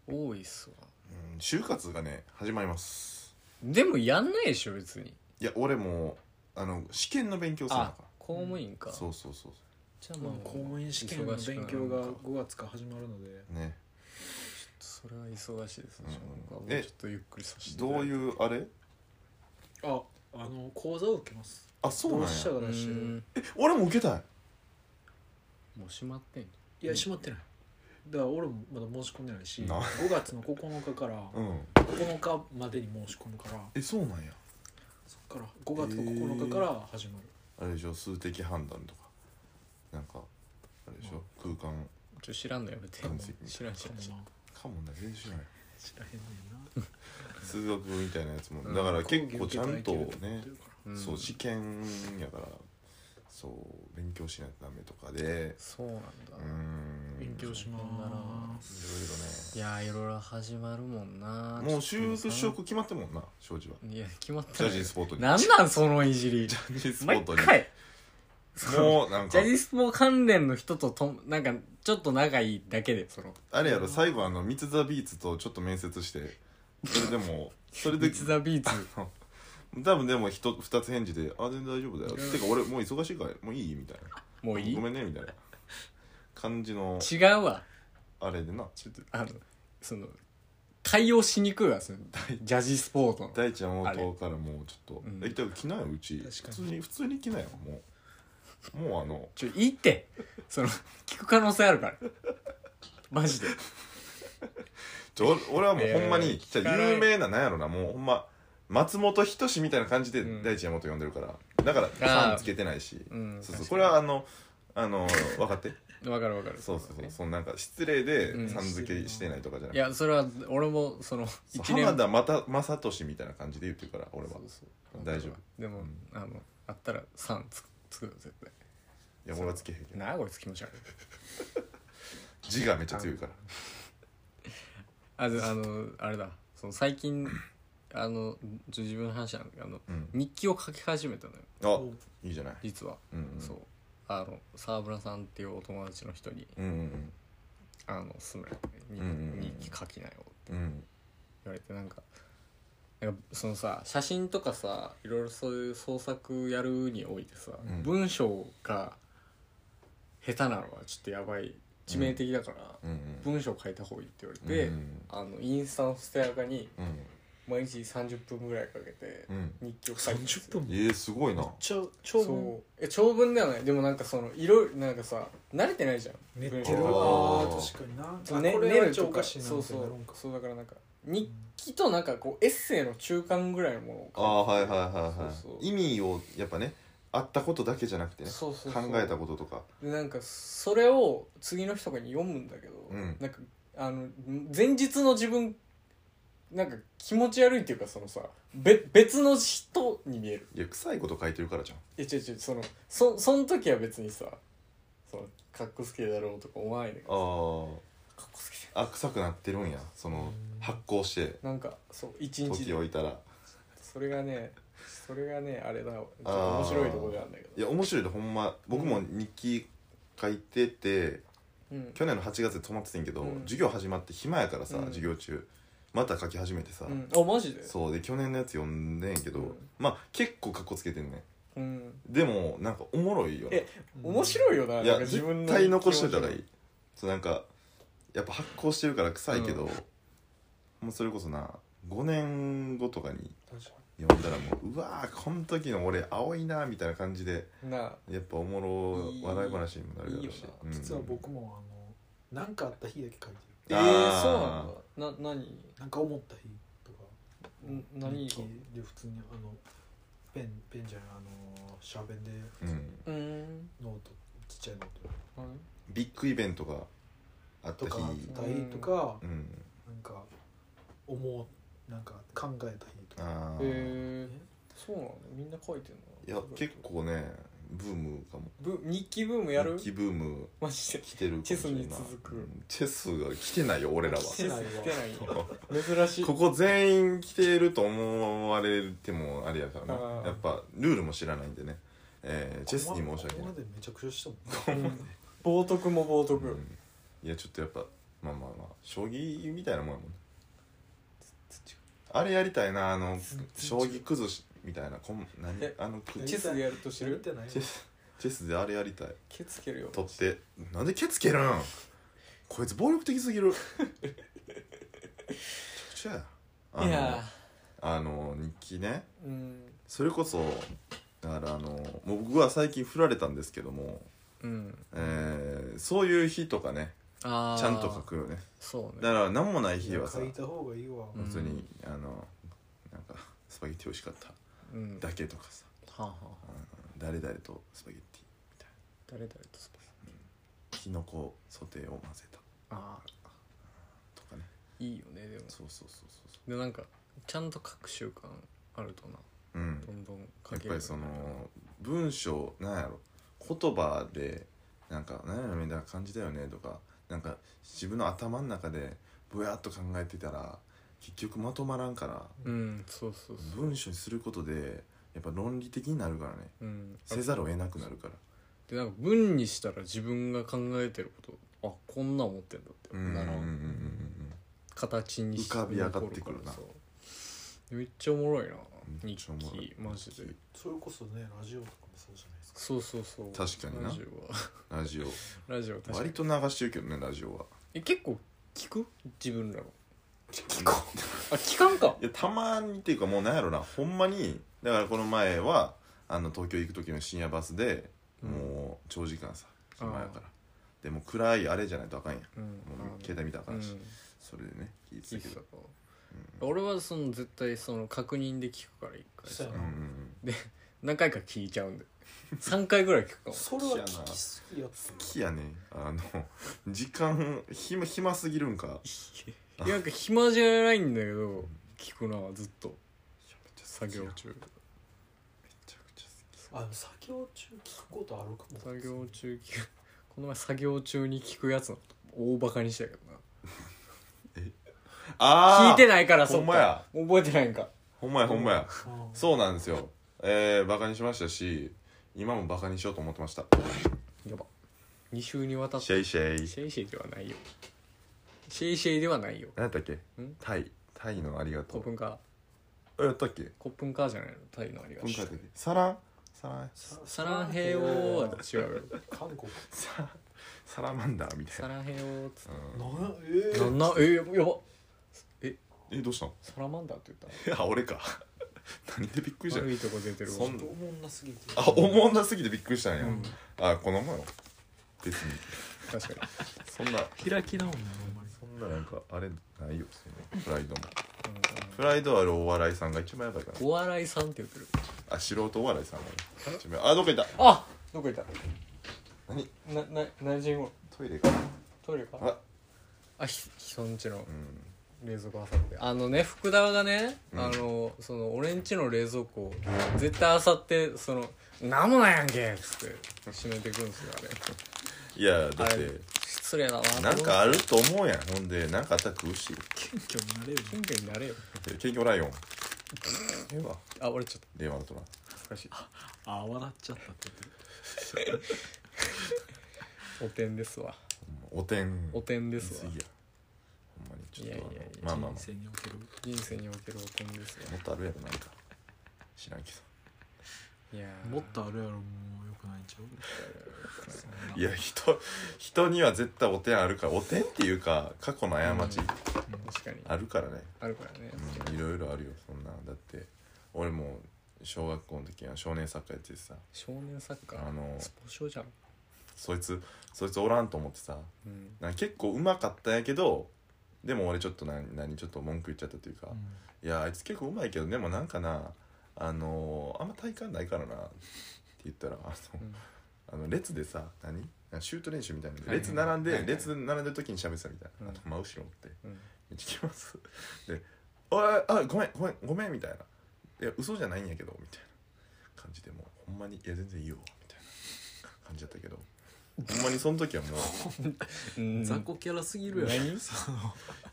[SPEAKER 1] 多いっすわ
[SPEAKER 2] ううん就活がね始まります
[SPEAKER 1] でもやんないでしょ別に
[SPEAKER 2] いや俺もあの試験の勉強するの
[SPEAKER 1] あ
[SPEAKER 2] か
[SPEAKER 1] 公務員から
[SPEAKER 2] そうそうそう
[SPEAKER 1] じゃあ
[SPEAKER 3] ま
[SPEAKER 1] ま
[SPEAKER 3] あ
[SPEAKER 1] あ
[SPEAKER 3] 公務員試験の勉強が5月から始まるので
[SPEAKER 2] ね
[SPEAKER 1] それは忙しいですね、
[SPEAKER 2] うん
[SPEAKER 1] 僕はもうちょっとゆっくりさせて
[SPEAKER 2] どういううあれ
[SPEAKER 3] ああの講座を受けます
[SPEAKER 2] あそうなん
[SPEAKER 3] 同
[SPEAKER 2] や
[SPEAKER 3] 志社が出してる
[SPEAKER 1] ん
[SPEAKER 2] 俺も受けたい
[SPEAKER 1] もう閉まってんの
[SPEAKER 3] いや閉まってないだから俺もまだ申し込んでないし
[SPEAKER 2] な
[SPEAKER 3] 5月の9日から
[SPEAKER 2] うん
[SPEAKER 3] 9日までに申し込むから
[SPEAKER 2] えそうなんや
[SPEAKER 3] そっから5月の9日から始まる、
[SPEAKER 2] あれでしょ数的判断とかなんかあれでしょ空間
[SPEAKER 1] ちょ知らんのやめて
[SPEAKER 2] 分析
[SPEAKER 1] 知らん知らん知らん
[SPEAKER 3] かもな
[SPEAKER 2] かもね全然知らない
[SPEAKER 3] 知らへんねんな
[SPEAKER 2] 数学みたいなやつも
[SPEAKER 1] うん
[SPEAKER 2] だから結構ちゃんと
[SPEAKER 3] 講義受けたらい
[SPEAKER 2] ね
[SPEAKER 3] けると
[SPEAKER 1] う
[SPEAKER 3] 思ってるから
[SPEAKER 1] ん
[SPEAKER 2] そう試験やからそう勉強しないとダメとかで
[SPEAKER 1] そうなんだ、
[SPEAKER 2] うーん
[SPEAKER 3] 勉強しま
[SPEAKER 2] い
[SPEAKER 3] す
[SPEAKER 1] い
[SPEAKER 2] ろ
[SPEAKER 1] やーいろいろ始まるもんない
[SPEAKER 2] ろねもう就職決まってるもんな庄司はい
[SPEAKER 1] や決まった
[SPEAKER 2] ジャ
[SPEAKER 1] な
[SPEAKER 2] ージースポットに
[SPEAKER 1] なんなんそのいじり
[SPEAKER 2] ジャージースポ
[SPEAKER 1] 毎
[SPEAKER 2] ットに
[SPEAKER 1] 回
[SPEAKER 2] もうなん
[SPEAKER 1] ジ
[SPEAKER 2] か
[SPEAKER 1] ャニスポ関連の人とともなんかちょっと仲いいだけでその
[SPEAKER 2] あれやろ最後あのミツ・ザ・ビーツとちょっと面接してそれでもそれで
[SPEAKER 1] ビツザビーツ
[SPEAKER 2] 多分でもひと二つ返事で「あ全然大丈夫だよ」てか俺もう忙しいからもういい?」みたいな
[SPEAKER 1] もういい
[SPEAKER 2] ごめんね」みたいな感じの
[SPEAKER 1] 違うわ
[SPEAKER 2] あれでな
[SPEAKER 1] ちょっとあのその対応しにくいわそのジャジスポートの
[SPEAKER 2] 大ちゃん
[SPEAKER 1] あれ
[SPEAKER 2] 応答からもうちょっと
[SPEAKER 1] うん
[SPEAKER 2] 「えっ来なようち」普
[SPEAKER 3] 確かに
[SPEAKER 2] 通に普通に来なよもうもうあの
[SPEAKER 1] ちょいいってその聞く可能性あるからマジで
[SPEAKER 2] ちょ俺俺はもうほんま
[SPEAKER 1] いやい
[SPEAKER 2] に
[SPEAKER 1] や聞かない
[SPEAKER 2] 有名ななんやろなもうほんま松本人志みたいな感じで
[SPEAKER 1] うん
[SPEAKER 2] 大ちゃん元呼んでるからだから「
[SPEAKER 1] ー
[SPEAKER 2] さん」つけてないし
[SPEAKER 1] うん
[SPEAKER 2] そうそう
[SPEAKER 1] 確かに
[SPEAKER 2] これはあのあの分かって
[SPEAKER 1] わかるわかる
[SPEAKER 2] そうそう
[SPEAKER 1] だ
[SPEAKER 2] そう
[SPEAKER 1] ね
[SPEAKER 2] そのなんか失礼でさん付けしてないとかじゃないくて
[SPEAKER 1] やそれは俺もその
[SPEAKER 2] そう
[SPEAKER 1] 一
[SPEAKER 2] 浜
[SPEAKER 1] 年
[SPEAKER 2] 田また正俊みたいな感じで言ってるから俺は
[SPEAKER 1] そう
[SPEAKER 2] い
[SPEAKER 1] そう
[SPEAKER 2] 大丈夫
[SPEAKER 1] でも、
[SPEAKER 2] うん
[SPEAKER 1] あのあったら3つくつくよ絶対
[SPEAKER 2] や俺はつけへんけど
[SPEAKER 1] なあこいつ気持ち悪い
[SPEAKER 2] 字がめっちゃ強いから
[SPEAKER 1] あであのあれだその最近あのちょ自分の話なんだけどあの
[SPEAKER 2] うん
[SPEAKER 1] 日記を書き始めたのよ
[SPEAKER 2] あ
[SPEAKER 3] お
[SPEAKER 2] いいじゃない
[SPEAKER 1] 実は、
[SPEAKER 2] うんうん
[SPEAKER 1] そうあの沢村さんっていうお友達の人に
[SPEAKER 2] うんうん
[SPEAKER 1] 「あのすむに
[SPEAKER 2] うんうんうん
[SPEAKER 1] 日記書きなよ」って
[SPEAKER 2] うんうん
[SPEAKER 1] 言われてなんかなんかそのさ写真とかさいろいろそういう創作やるにおいてさ、
[SPEAKER 2] ん
[SPEAKER 1] 文章が下手なのはちょっとやばい致命的だから、
[SPEAKER 2] うんうん
[SPEAKER 1] 文章変えた方がいいって言われて、
[SPEAKER 2] うん
[SPEAKER 1] あのインスタの捨てアカに
[SPEAKER 2] うん
[SPEAKER 1] 毎日30分ぐらいかけて
[SPEAKER 2] うん
[SPEAKER 1] 日記を書いてたんですよ
[SPEAKER 3] 30分
[SPEAKER 2] えー、すごいな
[SPEAKER 3] ちょ
[SPEAKER 1] そ
[SPEAKER 3] 長文
[SPEAKER 1] うえ長文ではないでもなんかそのいろいろなんかさ慣れてないじゃん
[SPEAKER 3] 寝て
[SPEAKER 1] 文章
[SPEAKER 3] るわー確かにな
[SPEAKER 1] そう
[SPEAKER 3] あ
[SPEAKER 1] ね
[SPEAKER 3] こ
[SPEAKER 1] 寝
[SPEAKER 3] れは
[SPEAKER 1] る
[SPEAKER 3] ちょ
[SPEAKER 1] と
[SPEAKER 3] おか
[SPEAKER 1] か
[SPEAKER 3] しいな
[SPEAKER 1] そう
[SPEAKER 3] み
[SPEAKER 1] そ
[SPEAKER 3] たいうなもんか
[SPEAKER 1] そうだからなんか日記となんかこうエッセイの中間ぐらいのものを
[SPEAKER 2] ああはいはいはいはい
[SPEAKER 1] そうそう
[SPEAKER 2] 意味をやっぱねあったことだけじゃなくてね
[SPEAKER 1] そうそうそう
[SPEAKER 2] 考えたこととか
[SPEAKER 1] でなんかそれを次の日とかに読むんだけど、
[SPEAKER 2] うん
[SPEAKER 1] なんかあの前日の自分なんか気持ち悪いっていうかそのさべ別の人に見える
[SPEAKER 2] いや臭いこと書いてるからじゃん
[SPEAKER 1] いや違う違うそのそその時は別にさそのかっこつけだろうとか思わないんだけど
[SPEAKER 2] あ
[SPEAKER 1] かっこつけ
[SPEAKER 2] ああ臭くなってるんやその発酵して
[SPEAKER 1] なんかそう一日
[SPEAKER 2] 時
[SPEAKER 1] で
[SPEAKER 2] 置いたら
[SPEAKER 1] それがねそれがねあれだちょっと
[SPEAKER 2] あー
[SPEAKER 1] 面白いところなんだけ
[SPEAKER 2] い
[SPEAKER 1] ど
[SPEAKER 2] や面白いでほんま僕も日記書いてて、
[SPEAKER 1] うん
[SPEAKER 2] 去年の8月で止まってたんやけど、
[SPEAKER 1] うん
[SPEAKER 2] 授業始まって暇やからさ、
[SPEAKER 1] うん
[SPEAKER 2] 授業中また書き始めてさ、
[SPEAKER 1] うんあマジで
[SPEAKER 2] そうで去年のやつ読んでんやけど、
[SPEAKER 1] うん
[SPEAKER 2] まあ結構かっこつけてんね
[SPEAKER 1] うん
[SPEAKER 2] でもなんかおもろいよな
[SPEAKER 1] え面白いよな
[SPEAKER 2] うんい
[SPEAKER 1] なん
[SPEAKER 2] や
[SPEAKER 1] か自分
[SPEAKER 2] 絶
[SPEAKER 1] の
[SPEAKER 2] 対残しといたらいいそうなんかやっぱ発酵してるから臭いけ
[SPEAKER 1] う
[SPEAKER 2] ど、
[SPEAKER 1] ん
[SPEAKER 2] もうそれこそな5年後とかに
[SPEAKER 3] 確か
[SPEAKER 2] 読んだらもううわーこの時の俺青いなみたいな感じで
[SPEAKER 1] なあ
[SPEAKER 2] やっぱおも
[SPEAKER 1] いい
[SPEAKER 2] ろ笑い話にもなるやろ
[SPEAKER 1] いい
[SPEAKER 2] し
[SPEAKER 1] よ
[SPEAKER 2] うん
[SPEAKER 3] に実は僕もあのなんかあった日だけ書いて
[SPEAKER 1] え
[SPEAKER 2] あー
[SPEAKER 1] ー、そうなんだな何
[SPEAKER 3] るなんか思った日とか
[SPEAKER 1] ん何
[SPEAKER 3] 日記で普通にあのペンペンじゃないあのシャーペンで
[SPEAKER 2] うん
[SPEAKER 1] うーん
[SPEAKER 3] ノートちっちゃいノート
[SPEAKER 1] 何
[SPEAKER 2] ビッグイベントがあった
[SPEAKER 3] と
[SPEAKER 2] 日
[SPEAKER 3] かあった日とか、
[SPEAKER 2] うん
[SPEAKER 3] なんか思うなんか考えた日とか
[SPEAKER 2] ああ、
[SPEAKER 1] えー、そうなのみんな書いてん
[SPEAKER 2] い
[SPEAKER 1] の
[SPEAKER 2] や結構ねブームかも
[SPEAKER 1] ブ日記ブームやる
[SPEAKER 2] 日記ブーム
[SPEAKER 1] マジで
[SPEAKER 2] 来てるかもしれ
[SPEAKER 1] チェ
[SPEAKER 2] ない
[SPEAKER 1] スに続く
[SPEAKER 2] うんチェスが来てないよ俺らは
[SPEAKER 3] 来
[SPEAKER 1] 来てない
[SPEAKER 3] 来
[SPEAKER 1] 来
[SPEAKER 3] て
[SPEAKER 1] て
[SPEAKER 3] な
[SPEAKER 1] ないよ珍しい
[SPEAKER 2] ここ全員来てると思われてもあれやからな
[SPEAKER 1] あー
[SPEAKER 2] やっぱルールも知らないんでね、えーチェスに申し訳
[SPEAKER 3] ここ
[SPEAKER 2] ない
[SPEAKER 3] までめちゃくちゃしたもん
[SPEAKER 1] 冒涜も冒涜、
[SPEAKER 2] うんいやちょっとやっぱまあまあまあ将棋みたいなもんやもんねあれやりたいなあの将棋崩しみたいなこん何
[SPEAKER 1] え
[SPEAKER 2] あのく
[SPEAKER 1] チェスでやると知
[SPEAKER 3] やっ
[SPEAKER 1] る
[SPEAKER 3] てない
[SPEAKER 2] チェスチェスであれやりたい
[SPEAKER 1] ケツけるよ
[SPEAKER 2] 取ってなんでケツ蹴るんこいつ暴力的す ぎるめちゃくちゃやあ
[SPEAKER 1] い
[SPEAKER 2] の
[SPEAKER 1] や
[SPEAKER 2] あの日記ね
[SPEAKER 1] ーうん
[SPEAKER 2] それこそだからあのもう僕は最近振られたんですけども、
[SPEAKER 1] うん
[SPEAKER 2] えーそういう日とかね
[SPEAKER 1] あー
[SPEAKER 2] ちゃんと書くよね
[SPEAKER 1] そうね
[SPEAKER 2] だから何もない日
[SPEAKER 3] い
[SPEAKER 2] は
[SPEAKER 3] や
[SPEAKER 2] さ
[SPEAKER 3] 書いた方がいいわ、
[SPEAKER 1] うん
[SPEAKER 2] 普通に、あのなんかスパゲッティ美味しかった
[SPEAKER 1] うんは
[SPEAKER 2] だけとかさ
[SPEAKER 1] あ、はあ、
[SPEAKER 2] 誰々とスパゲッティ
[SPEAKER 1] 誰
[SPEAKER 2] みたい
[SPEAKER 1] 々とスパイ
[SPEAKER 2] なきのこソテーを混ぜた
[SPEAKER 1] ああ
[SPEAKER 2] とかね
[SPEAKER 1] いいよねでも
[SPEAKER 2] そうそうそうそ
[SPEAKER 1] でなんかちゃんと書く習慣あるとな
[SPEAKER 2] ううん
[SPEAKER 1] どんどん書
[SPEAKER 2] やっ
[SPEAKER 1] ける
[SPEAKER 2] ぱりその文章なんやろ言葉でなんか「何やろみたいな感じだよね」とかなんか自分の頭の中でぼやっと考えてたら結局まとまらんから
[SPEAKER 1] うんそうそうそう
[SPEAKER 2] 文章にすることでやっぱ論理的になるからね
[SPEAKER 1] うん
[SPEAKER 2] せざるを得なくなるから
[SPEAKER 1] でなんか文にしたら自分が考えてることあこんなん思ってんだって
[SPEAKER 2] うんうんうん
[SPEAKER 1] な
[SPEAKER 2] うん
[SPEAKER 1] ら形にし
[SPEAKER 2] 浮かび上がってくる
[SPEAKER 1] 残か
[SPEAKER 2] な
[SPEAKER 1] らそうめっちゃおもろいな
[SPEAKER 2] めっ
[SPEAKER 1] 日
[SPEAKER 2] ちゃおもろい
[SPEAKER 1] 記マジで
[SPEAKER 3] それこそねラジオとかもそうじゃないですか
[SPEAKER 1] そうそうそう
[SPEAKER 2] 確かにな
[SPEAKER 1] ラジオは
[SPEAKER 2] うんラジオ
[SPEAKER 1] ラジオ確かに
[SPEAKER 2] 割と流してるけどねラジオは
[SPEAKER 1] え結構聞く自分らの
[SPEAKER 2] 聞こう
[SPEAKER 1] あ聞かんか
[SPEAKER 2] いやたまにっていうかもうなんやろなほんまにだからこの前はあの東京行く時の深夜バスで、
[SPEAKER 1] うん
[SPEAKER 2] もう長時間さ暇やからでも暗いあれじゃないとあかんやん
[SPEAKER 1] うん
[SPEAKER 2] もう携帯見たらあか
[SPEAKER 1] うん
[SPEAKER 2] し、
[SPEAKER 1] ん
[SPEAKER 2] それでね聞いて
[SPEAKER 1] 聞い
[SPEAKER 2] た
[SPEAKER 1] てた
[SPEAKER 2] けど
[SPEAKER 1] か、俺はその絶対その確認で聞くから一回さ
[SPEAKER 3] そう
[SPEAKER 2] う
[SPEAKER 3] や
[SPEAKER 2] んう
[SPEAKER 3] なん
[SPEAKER 1] 何回か聞いちゃうんで3回ぐらい聞く かも
[SPEAKER 3] それは聞きすぎやつ
[SPEAKER 2] 好きやねあの 時間暇暇すぎるんかめっ
[SPEAKER 1] いやなんか暇じゃないんだけど聞くなずっと
[SPEAKER 2] ちゃ
[SPEAKER 1] 作業中
[SPEAKER 2] めちゃくちゃ好
[SPEAKER 3] あの作業中聞くことあるかも
[SPEAKER 1] 作業中聞くこの前作業中に聞くやつのこと大バカにしたけどな
[SPEAKER 2] きああ
[SPEAKER 1] 聞いてないからそ
[SPEAKER 2] ほ
[SPEAKER 1] っ
[SPEAKER 2] んま
[SPEAKER 1] か
[SPEAKER 2] や
[SPEAKER 1] 覚えてないんか
[SPEAKER 2] ほんまやほんまや
[SPEAKER 3] うん
[SPEAKER 2] そうなんですよえー、バカにしましたし今もバカにしようと思ってました
[SPEAKER 1] やば2週にわたって
[SPEAKER 2] シェイシェイ
[SPEAKER 1] シェイシェイではないよシェイシェイではないよ
[SPEAKER 2] 何やったっけ
[SPEAKER 1] ん
[SPEAKER 2] タイタイのありがと
[SPEAKER 1] コッ
[SPEAKER 2] う
[SPEAKER 1] プンカー
[SPEAKER 2] えやったっけ
[SPEAKER 1] コップンカーじゃないのタイのありがと
[SPEAKER 2] 文
[SPEAKER 1] う
[SPEAKER 2] 化的サランサラン
[SPEAKER 3] さ
[SPEAKER 1] サランヘヨーは違うよ
[SPEAKER 3] 韓国
[SPEAKER 2] ササラマンダーみたい
[SPEAKER 1] サ
[SPEAKER 2] な、
[SPEAKER 1] ランヘヨーっつっ
[SPEAKER 2] うん
[SPEAKER 3] なん
[SPEAKER 1] て
[SPEAKER 3] え
[SPEAKER 1] なんなえやば
[SPEAKER 2] えどうしたの
[SPEAKER 1] サラマンダーって言っ
[SPEAKER 2] あ俺か 何でびっくりした
[SPEAKER 1] た
[SPEAKER 2] の
[SPEAKER 1] 悪いとこ出てるわ
[SPEAKER 2] そん
[SPEAKER 3] ーおもんなすぎて
[SPEAKER 2] あおもんなすぎてびっくりしたんや、
[SPEAKER 1] うん
[SPEAKER 2] あこの前は別に
[SPEAKER 1] 確かに
[SPEAKER 2] そんな
[SPEAKER 3] 開き直んなお前
[SPEAKER 2] そんななんかあれないよフライドもフライドあるお笑いさんが一番やばいから
[SPEAKER 1] お笑いさんって言ってる
[SPEAKER 2] あ素人お笑いさんが一番あどこ行った
[SPEAKER 1] あどこ行った
[SPEAKER 2] 何
[SPEAKER 1] なな何時頃
[SPEAKER 2] トイレかな
[SPEAKER 1] トイレか
[SPEAKER 2] あ
[SPEAKER 1] あひ人んちの
[SPEAKER 2] うん
[SPEAKER 1] 冷蔵庫漁ってあのね福田がね、
[SPEAKER 2] うん
[SPEAKER 1] あのその俺んちの冷蔵庫絶対あさってその「なんもないやんけ」っつって閉めてくんですよあれ
[SPEAKER 2] いやだっ
[SPEAKER 1] あれ
[SPEAKER 2] て
[SPEAKER 1] 失礼だなと思う
[SPEAKER 2] なんかあると思うやんほんでなんかあったら食うし
[SPEAKER 3] 謙虚になれる
[SPEAKER 1] 謙虚になれよ
[SPEAKER 2] 謙虚ライオンでは
[SPEAKER 1] あ俺ちょっと
[SPEAKER 2] 令和の虎
[SPEAKER 1] 恥ずかしい
[SPEAKER 3] あ笑っちゃったって言って
[SPEAKER 1] おてんですわ
[SPEAKER 2] おてん
[SPEAKER 1] おてんです
[SPEAKER 2] す
[SPEAKER 1] わ
[SPEAKER 2] ぎやほんまにちょっと
[SPEAKER 1] いやいやいや
[SPEAKER 2] あのまあまあま
[SPEAKER 3] 人生における
[SPEAKER 1] 人生におけるおてんです
[SPEAKER 2] あ
[SPEAKER 1] わ
[SPEAKER 2] もっとあるやろなんか知らんけ
[SPEAKER 1] いやー
[SPEAKER 3] もっとあるやろもうよくないんちゃう
[SPEAKER 2] どいや人人には絶対おてんあるからおてんっていうか過去の過ち
[SPEAKER 1] 確かに
[SPEAKER 2] あるからね、
[SPEAKER 1] あるからね
[SPEAKER 2] うん、いろいろあるよそんなだって俺も小学校の時は少年サッカーやっててさ
[SPEAKER 1] 少年サッカー
[SPEAKER 2] あの
[SPEAKER 1] スポ少じゃん
[SPEAKER 2] そいつそいつおらんと思ってさ
[SPEAKER 1] うん
[SPEAKER 2] なんか結構うまかったんやけどでも俺ちょっと何何ちょっと文句言っちゃったというか、
[SPEAKER 3] う
[SPEAKER 2] いやあいつ結構うまいけどでもなんかなあのーあんま体感ないからなって言ったらあの、
[SPEAKER 1] うん
[SPEAKER 2] あの列でさ何シュート練習みたいなので
[SPEAKER 1] はいはい
[SPEAKER 2] 列並んで、
[SPEAKER 1] はいはい
[SPEAKER 2] 列並んでる時に喋ってたみたい
[SPEAKER 1] う
[SPEAKER 2] な、
[SPEAKER 1] ん
[SPEAKER 2] あと真後ろって
[SPEAKER 1] うん
[SPEAKER 2] 「めっちゃ来ます」で「おいおいあごめんごめんごめん」みたいな「いや嘘じゃないんやけど」みたいな感じでもうほんまに「いや全然いいよ」みたいな感じだったけどほんまにその時はもう
[SPEAKER 1] うん
[SPEAKER 3] ん雑魚キャラすぎるやろ
[SPEAKER 1] 何
[SPEAKER 3] その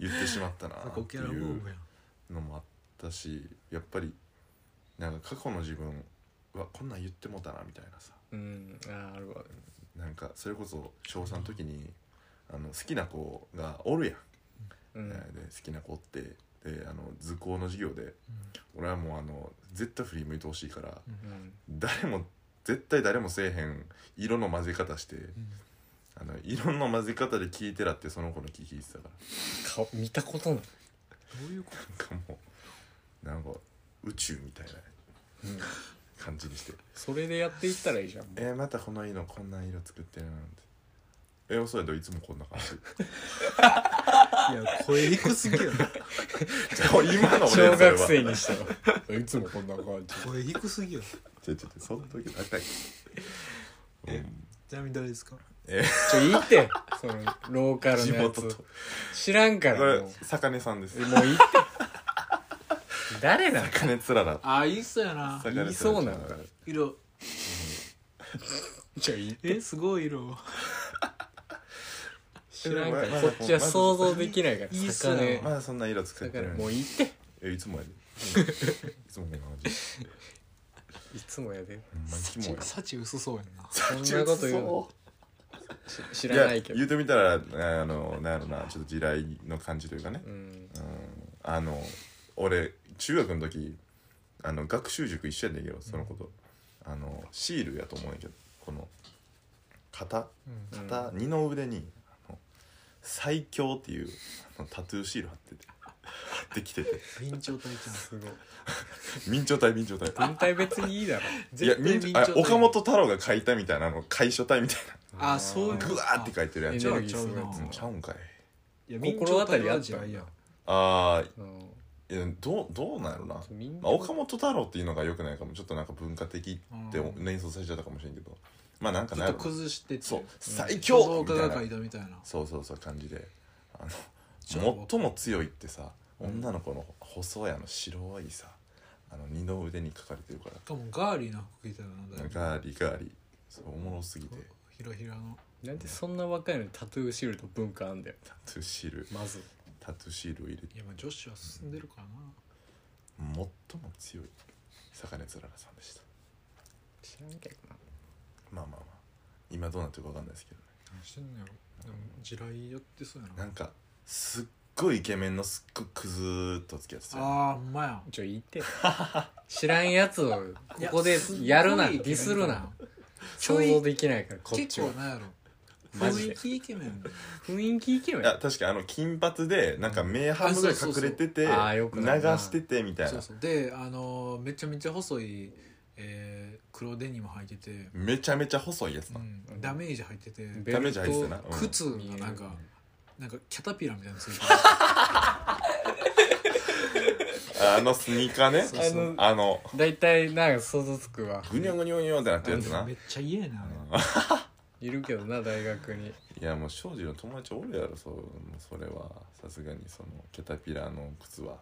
[SPEAKER 2] 言ってしまっ たな
[SPEAKER 3] 雑
[SPEAKER 2] って
[SPEAKER 3] 魚キャ
[SPEAKER 2] い
[SPEAKER 3] ラムー
[SPEAKER 2] う
[SPEAKER 3] ブやん
[SPEAKER 2] のもあったしやっぱりなんか過去の自分はこんなん言ってもうたなみたいなさ
[SPEAKER 1] うんああるわ
[SPEAKER 2] なんかそれこそ小3の時にあの好きな子がおるやん、
[SPEAKER 1] うん
[SPEAKER 2] で好きな子おってであの図工の授業で俺はもうあの絶対振り向いてほしいから
[SPEAKER 1] うん
[SPEAKER 2] 誰も絶対誰もせえへん色の混ぜ方してあの色の混ぜ方で聞いてらってその子の気聞いてたから
[SPEAKER 1] 顔見たことない
[SPEAKER 3] どういうこ
[SPEAKER 2] なんかもうなんか宇宙みたいな感じにして
[SPEAKER 1] それでやっていったらいいじゃん
[SPEAKER 2] えー、またこの色こんな色作ってるなんてえー、そうやどいつもこんな感じ
[SPEAKER 3] といや声低すぎやろ
[SPEAKER 2] じゃ あ今 の俺
[SPEAKER 1] 小学
[SPEAKER 2] それ
[SPEAKER 1] 生
[SPEAKER 2] は
[SPEAKER 1] にしたらいつも こんな感じ
[SPEAKER 3] 声低すぎやろ
[SPEAKER 2] ちょちょちょその時あったっけ
[SPEAKER 3] えちなみに誰ですか
[SPEAKER 1] ちょいいってそのローカル
[SPEAKER 2] 地
[SPEAKER 1] のや
[SPEAKER 2] 元
[SPEAKER 1] つ
[SPEAKER 2] と
[SPEAKER 1] 知らんか
[SPEAKER 2] こ
[SPEAKER 1] ら
[SPEAKER 2] れ
[SPEAKER 1] もう
[SPEAKER 2] 坂根さんです
[SPEAKER 1] もういいって誰なの
[SPEAKER 2] 坂根つらら
[SPEAKER 3] ああいい人やな
[SPEAKER 2] 坂根
[SPEAKER 1] 言いそうなんだ
[SPEAKER 3] 色
[SPEAKER 1] じゃあいい
[SPEAKER 3] えすごい色
[SPEAKER 1] 知らんか
[SPEAKER 2] ま
[SPEAKER 1] ら
[SPEAKER 2] だ
[SPEAKER 1] こっちは想像できないから
[SPEAKER 3] いいっすよ
[SPEAKER 1] 魚ね
[SPEAKER 2] まだそんな色作
[SPEAKER 1] だ
[SPEAKER 2] って
[SPEAKER 1] か
[SPEAKER 2] る
[SPEAKER 1] らもういいって
[SPEAKER 2] えいつもやでうんいつもこんな感 じ
[SPEAKER 1] いつもやで
[SPEAKER 2] ほんまにキモい
[SPEAKER 3] 幸薄そうやんな
[SPEAKER 1] そんなこと言うのし知らないけど
[SPEAKER 2] や言うてみたらあのなんやろなちょっと地雷の感じというかね、
[SPEAKER 1] うん
[SPEAKER 2] うん、あの俺中学の時あの学習塾一緒やねんけどそのこと、あのシールやと思うんやけどこの型
[SPEAKER 3] うん
[SPEAKER 2] 型、二の腕にあの「最強」っていうあのタトゥーシール貼ってて貼ってきてて
[SPEAKER 3] 明朝体ちゃん
[SPEAKER 1] すごい
[SPEAKER 2] 明朝体明朝体
[SPEAKER 1] 全体別にいいだろ
[SPEAKER 2] いや
[SPEAKER 3] 絶対
[SPEAKER 2] 明
[SPEAKER 3] 明
[SPEAKER 2] 朝あ
[SPEAKER 3] 朝体
[SPEAKER 2] 岡本太郎が書いたみたいなの楷書体みたい
[SPEAKER 3] あそういう
[SPEAKER 2] なぐ
[SPEAKER 3] こと
[SPEAKER 2] わ
[SPEAKER 3] か
[SPEAKER 2] ーって書いてるや
[SPEAKER 1] エ
[SPEAKER 2] ん
[SPEAKER 1] ネ
[SPEAKER 2] ちゃう
[SPEAKER 1] ルギーすごいや
[SPEAKER 3] ちゃう
[SPEAKER 2] ちゃうんかい
[SPEAKER 3] いや
[SPEAKER 1] 心当たりあった
[SPEAKER 3] 明朝体は地雷やん
[SPEAKER 2] あー
[SPEAKER 1] うん
[SPEAKER 2] いやどうどうなんやろな、
[SPEAKER 1] みんな
[SPEAKER 2] まあ、岡本太郎っていうのがよくないかもちょっとなんか文化的って
[SPEAKER 3] うん
[SPEAKER 2] 連想されちゃったかもしれんけどまあなんか
[SPEAKER 3] ちょ
[SPEAKER 2] な
[SPEAKER 3] っ
[SPEAKER 2] んや
[SPEAKER 3] と
[SPEAKER 2] ろ
[SPEAKER 3] 崩してて
[SPEAKER 2] そう最強
[SPEAKER 3] 書道
[SPEAKER 2] みたい
[SPEAKER 3] 家が
[SPEAKER 2] な
[SPEAKER 3] 書いたみたいな
[SPEAKER 2] そうそうそう感じであ
[SPEAKER 3] じゃあ
[SPEAKER 2] の最も強いってさ
[SPEAKER 1] うん
[SPEAKER 2] 女の子の細いあの白いさあの二の腕に書かれてるか
[SPEAKER 3] しかもガーリーな服着てたな
[SPEAKER 2] ら
[SPEAKER 3] だいぶ
[SPEAKER 2] ガーリガーリそうおもろすぎて
[SPEAKER 3] ひらひらの
[SPEAKER 1] なんでそんな若いのにタトゥーシールと文化あんだよ
[SPEAKER 2] タトゥーシール
[SPEAKER 1] まず
[SPEAKER 2] タトゥーシールを入れて
[SPEAKER 3] いやまあ女子は進んでるからな
[SPEAKER 2] 最も強い坂根つららさんでした
[SPEAKER 1] 知らんけどな
[SPEAKER 2] まあまあまあ今どうなってるかわかんないですけどね
[SPEAKER 3] 何してんのやろでも地雷やってそうや
[SPEAKER 2] な
[SPEAKER 3] なん
[SPEAKER 2] かすっごいイケメンのすっごいクズーっと付き合ってたよね
[SPEAKER 3] ああほんまや
[SPEAKER 1] ちょ言って知らんやつをここでやるなディスるな
[SPEAKER 3] ちょ
[SPEAKER 1] 想
[SPEAKER 3] い
[SPEAKER 1] 像できないからこっち
[SPEAKER 3] 結
[SPEAKER 1] は
[SPEAKER 3] 構なんやろ
[SPEAKER 1] マジ
[SPEAKER 3] 雰
[SPEAKER 1] で
[SPEAKER 3] 囲気イケメン
[SPEAKER 1] 雰囲気いけよ
[SPEAKER 2] いや確かにあの金髪でなんか目半分ぐらい隠れてて流
[SPEAKER 1] あそうそうそうあーよくないな
[SPEAKER 2] しててみたい
[SPEAKER 3] そう
[SPEAKER 2] な
[SPEAKER 3] そうであのーめちゃめちゃ細い、えー黒デニム履いてて、
[SPEAKER 2] めちゃめちゃ細いやつ
[SPEAKER 3] う
[SPEAKER 2] な、
[SPEAKER 3] ん、ダメージ履いてて
[SPEAKER 1] ベ
[SPEAKER 2] ダメージ入ってたな、
[SPEAKER 1] ベ
[SPEAKER 2] うん
[SPEAKER 3] 靴がなんかなんかキャタピラみたいなのついてる
[SPEAKER 2] あのスニーカーね
[SPEAKER 3] そうそう
[SPEAKER 2] あの
[SPEAKER 1] 大体なんか想像つくわ
[SPEAKER 2] ぐにょぐにょぐにょってな ってるやつな
[SPEAKER 3] めっちゃ嫌やなあれ
[SPEAKER 1] いるけどな大学に
[SPEAKER 2] いやもう庄司の友達おるやろそうもうそれはさすがにそのキャタピラーの靴は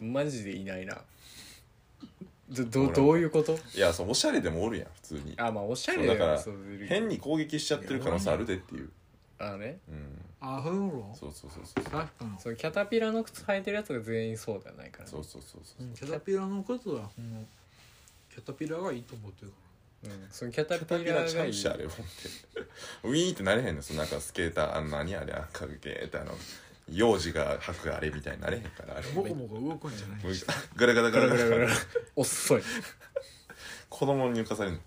[SPEAKER 1] マジでいないなどどどういうこと
[SPEAKER 2] いやそうおしゃれでもおるやん普通に
[SPEAKER 1] あまあおしゃれ
[SPEAKER 2] そうだから
[SPEAKER 1] そういる
[SPEAKER 2] 変に攻撃しちゃってる可能性あるでっていう
[SPEAKER 1] あね
[SPEAKER 2] うん
[SPEAKER 3] あふんろ
[SPEAKER 2] そうそうそうそう
[SPEAKER 3] ラップの
[SPEAKER 1] そのキャタピラの靴履いてるやつが全員そうではないからね
[SPEAKER 2] そうそうそうそううん
[SPEAKER 3] キャタピラのことはほんまキャタピラがいいと思ってるか
[SPEAKER 1] うん、そのキャタ
[SPEAKER 2] キャタ
[SPEAKER 1] ピ
[SPEAKER 2] ピ
[SPEAKER 1] ラ
[SPEAKER 2] ラち
[SPEAKER 1] が
[SPEAKER 2] ゃ
[SPEAKER 1] いうい
[SPEAKER 2] しあれほんでウィーンってなれへんねんそのなんかスケーターあの何あれ赤ゲーってあの幼児が履くあれみたいになれへんからあれ
[SPEAKER 3] らもこもこ動くんじゃない
[SPEAKER 2] もうガラガラ
[SPEAKER 1] グ
[SPEAKER 2] ガラ
[SPEAKER 1] ラ
[SPEAKER 2] ガ
[SPEAKER 1] グ
[SPEAKER 2] ラ
[SPEAKER 1] ラグラ遅い
[SPEAKER 2] 子供に浮かされるの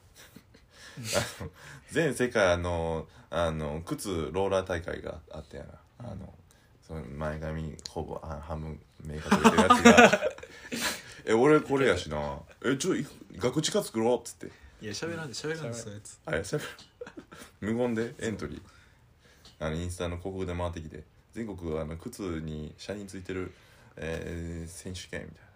[SPEAKER 2] あの全世界あのあの靴ローラー大会があったやなあのその前髪ほぼあ半分目隠れてるやつがえ俺これやしなえちょい額近作ろうっつって
[SPEAKER 3] いや喋らんで喋らんでそういうやつ
[SPEAKER 2] あれしゃべる 無言でエントリーあのインスタの広告で回ってきて全国あの靴に車輪ついてる、えー選手権みたいな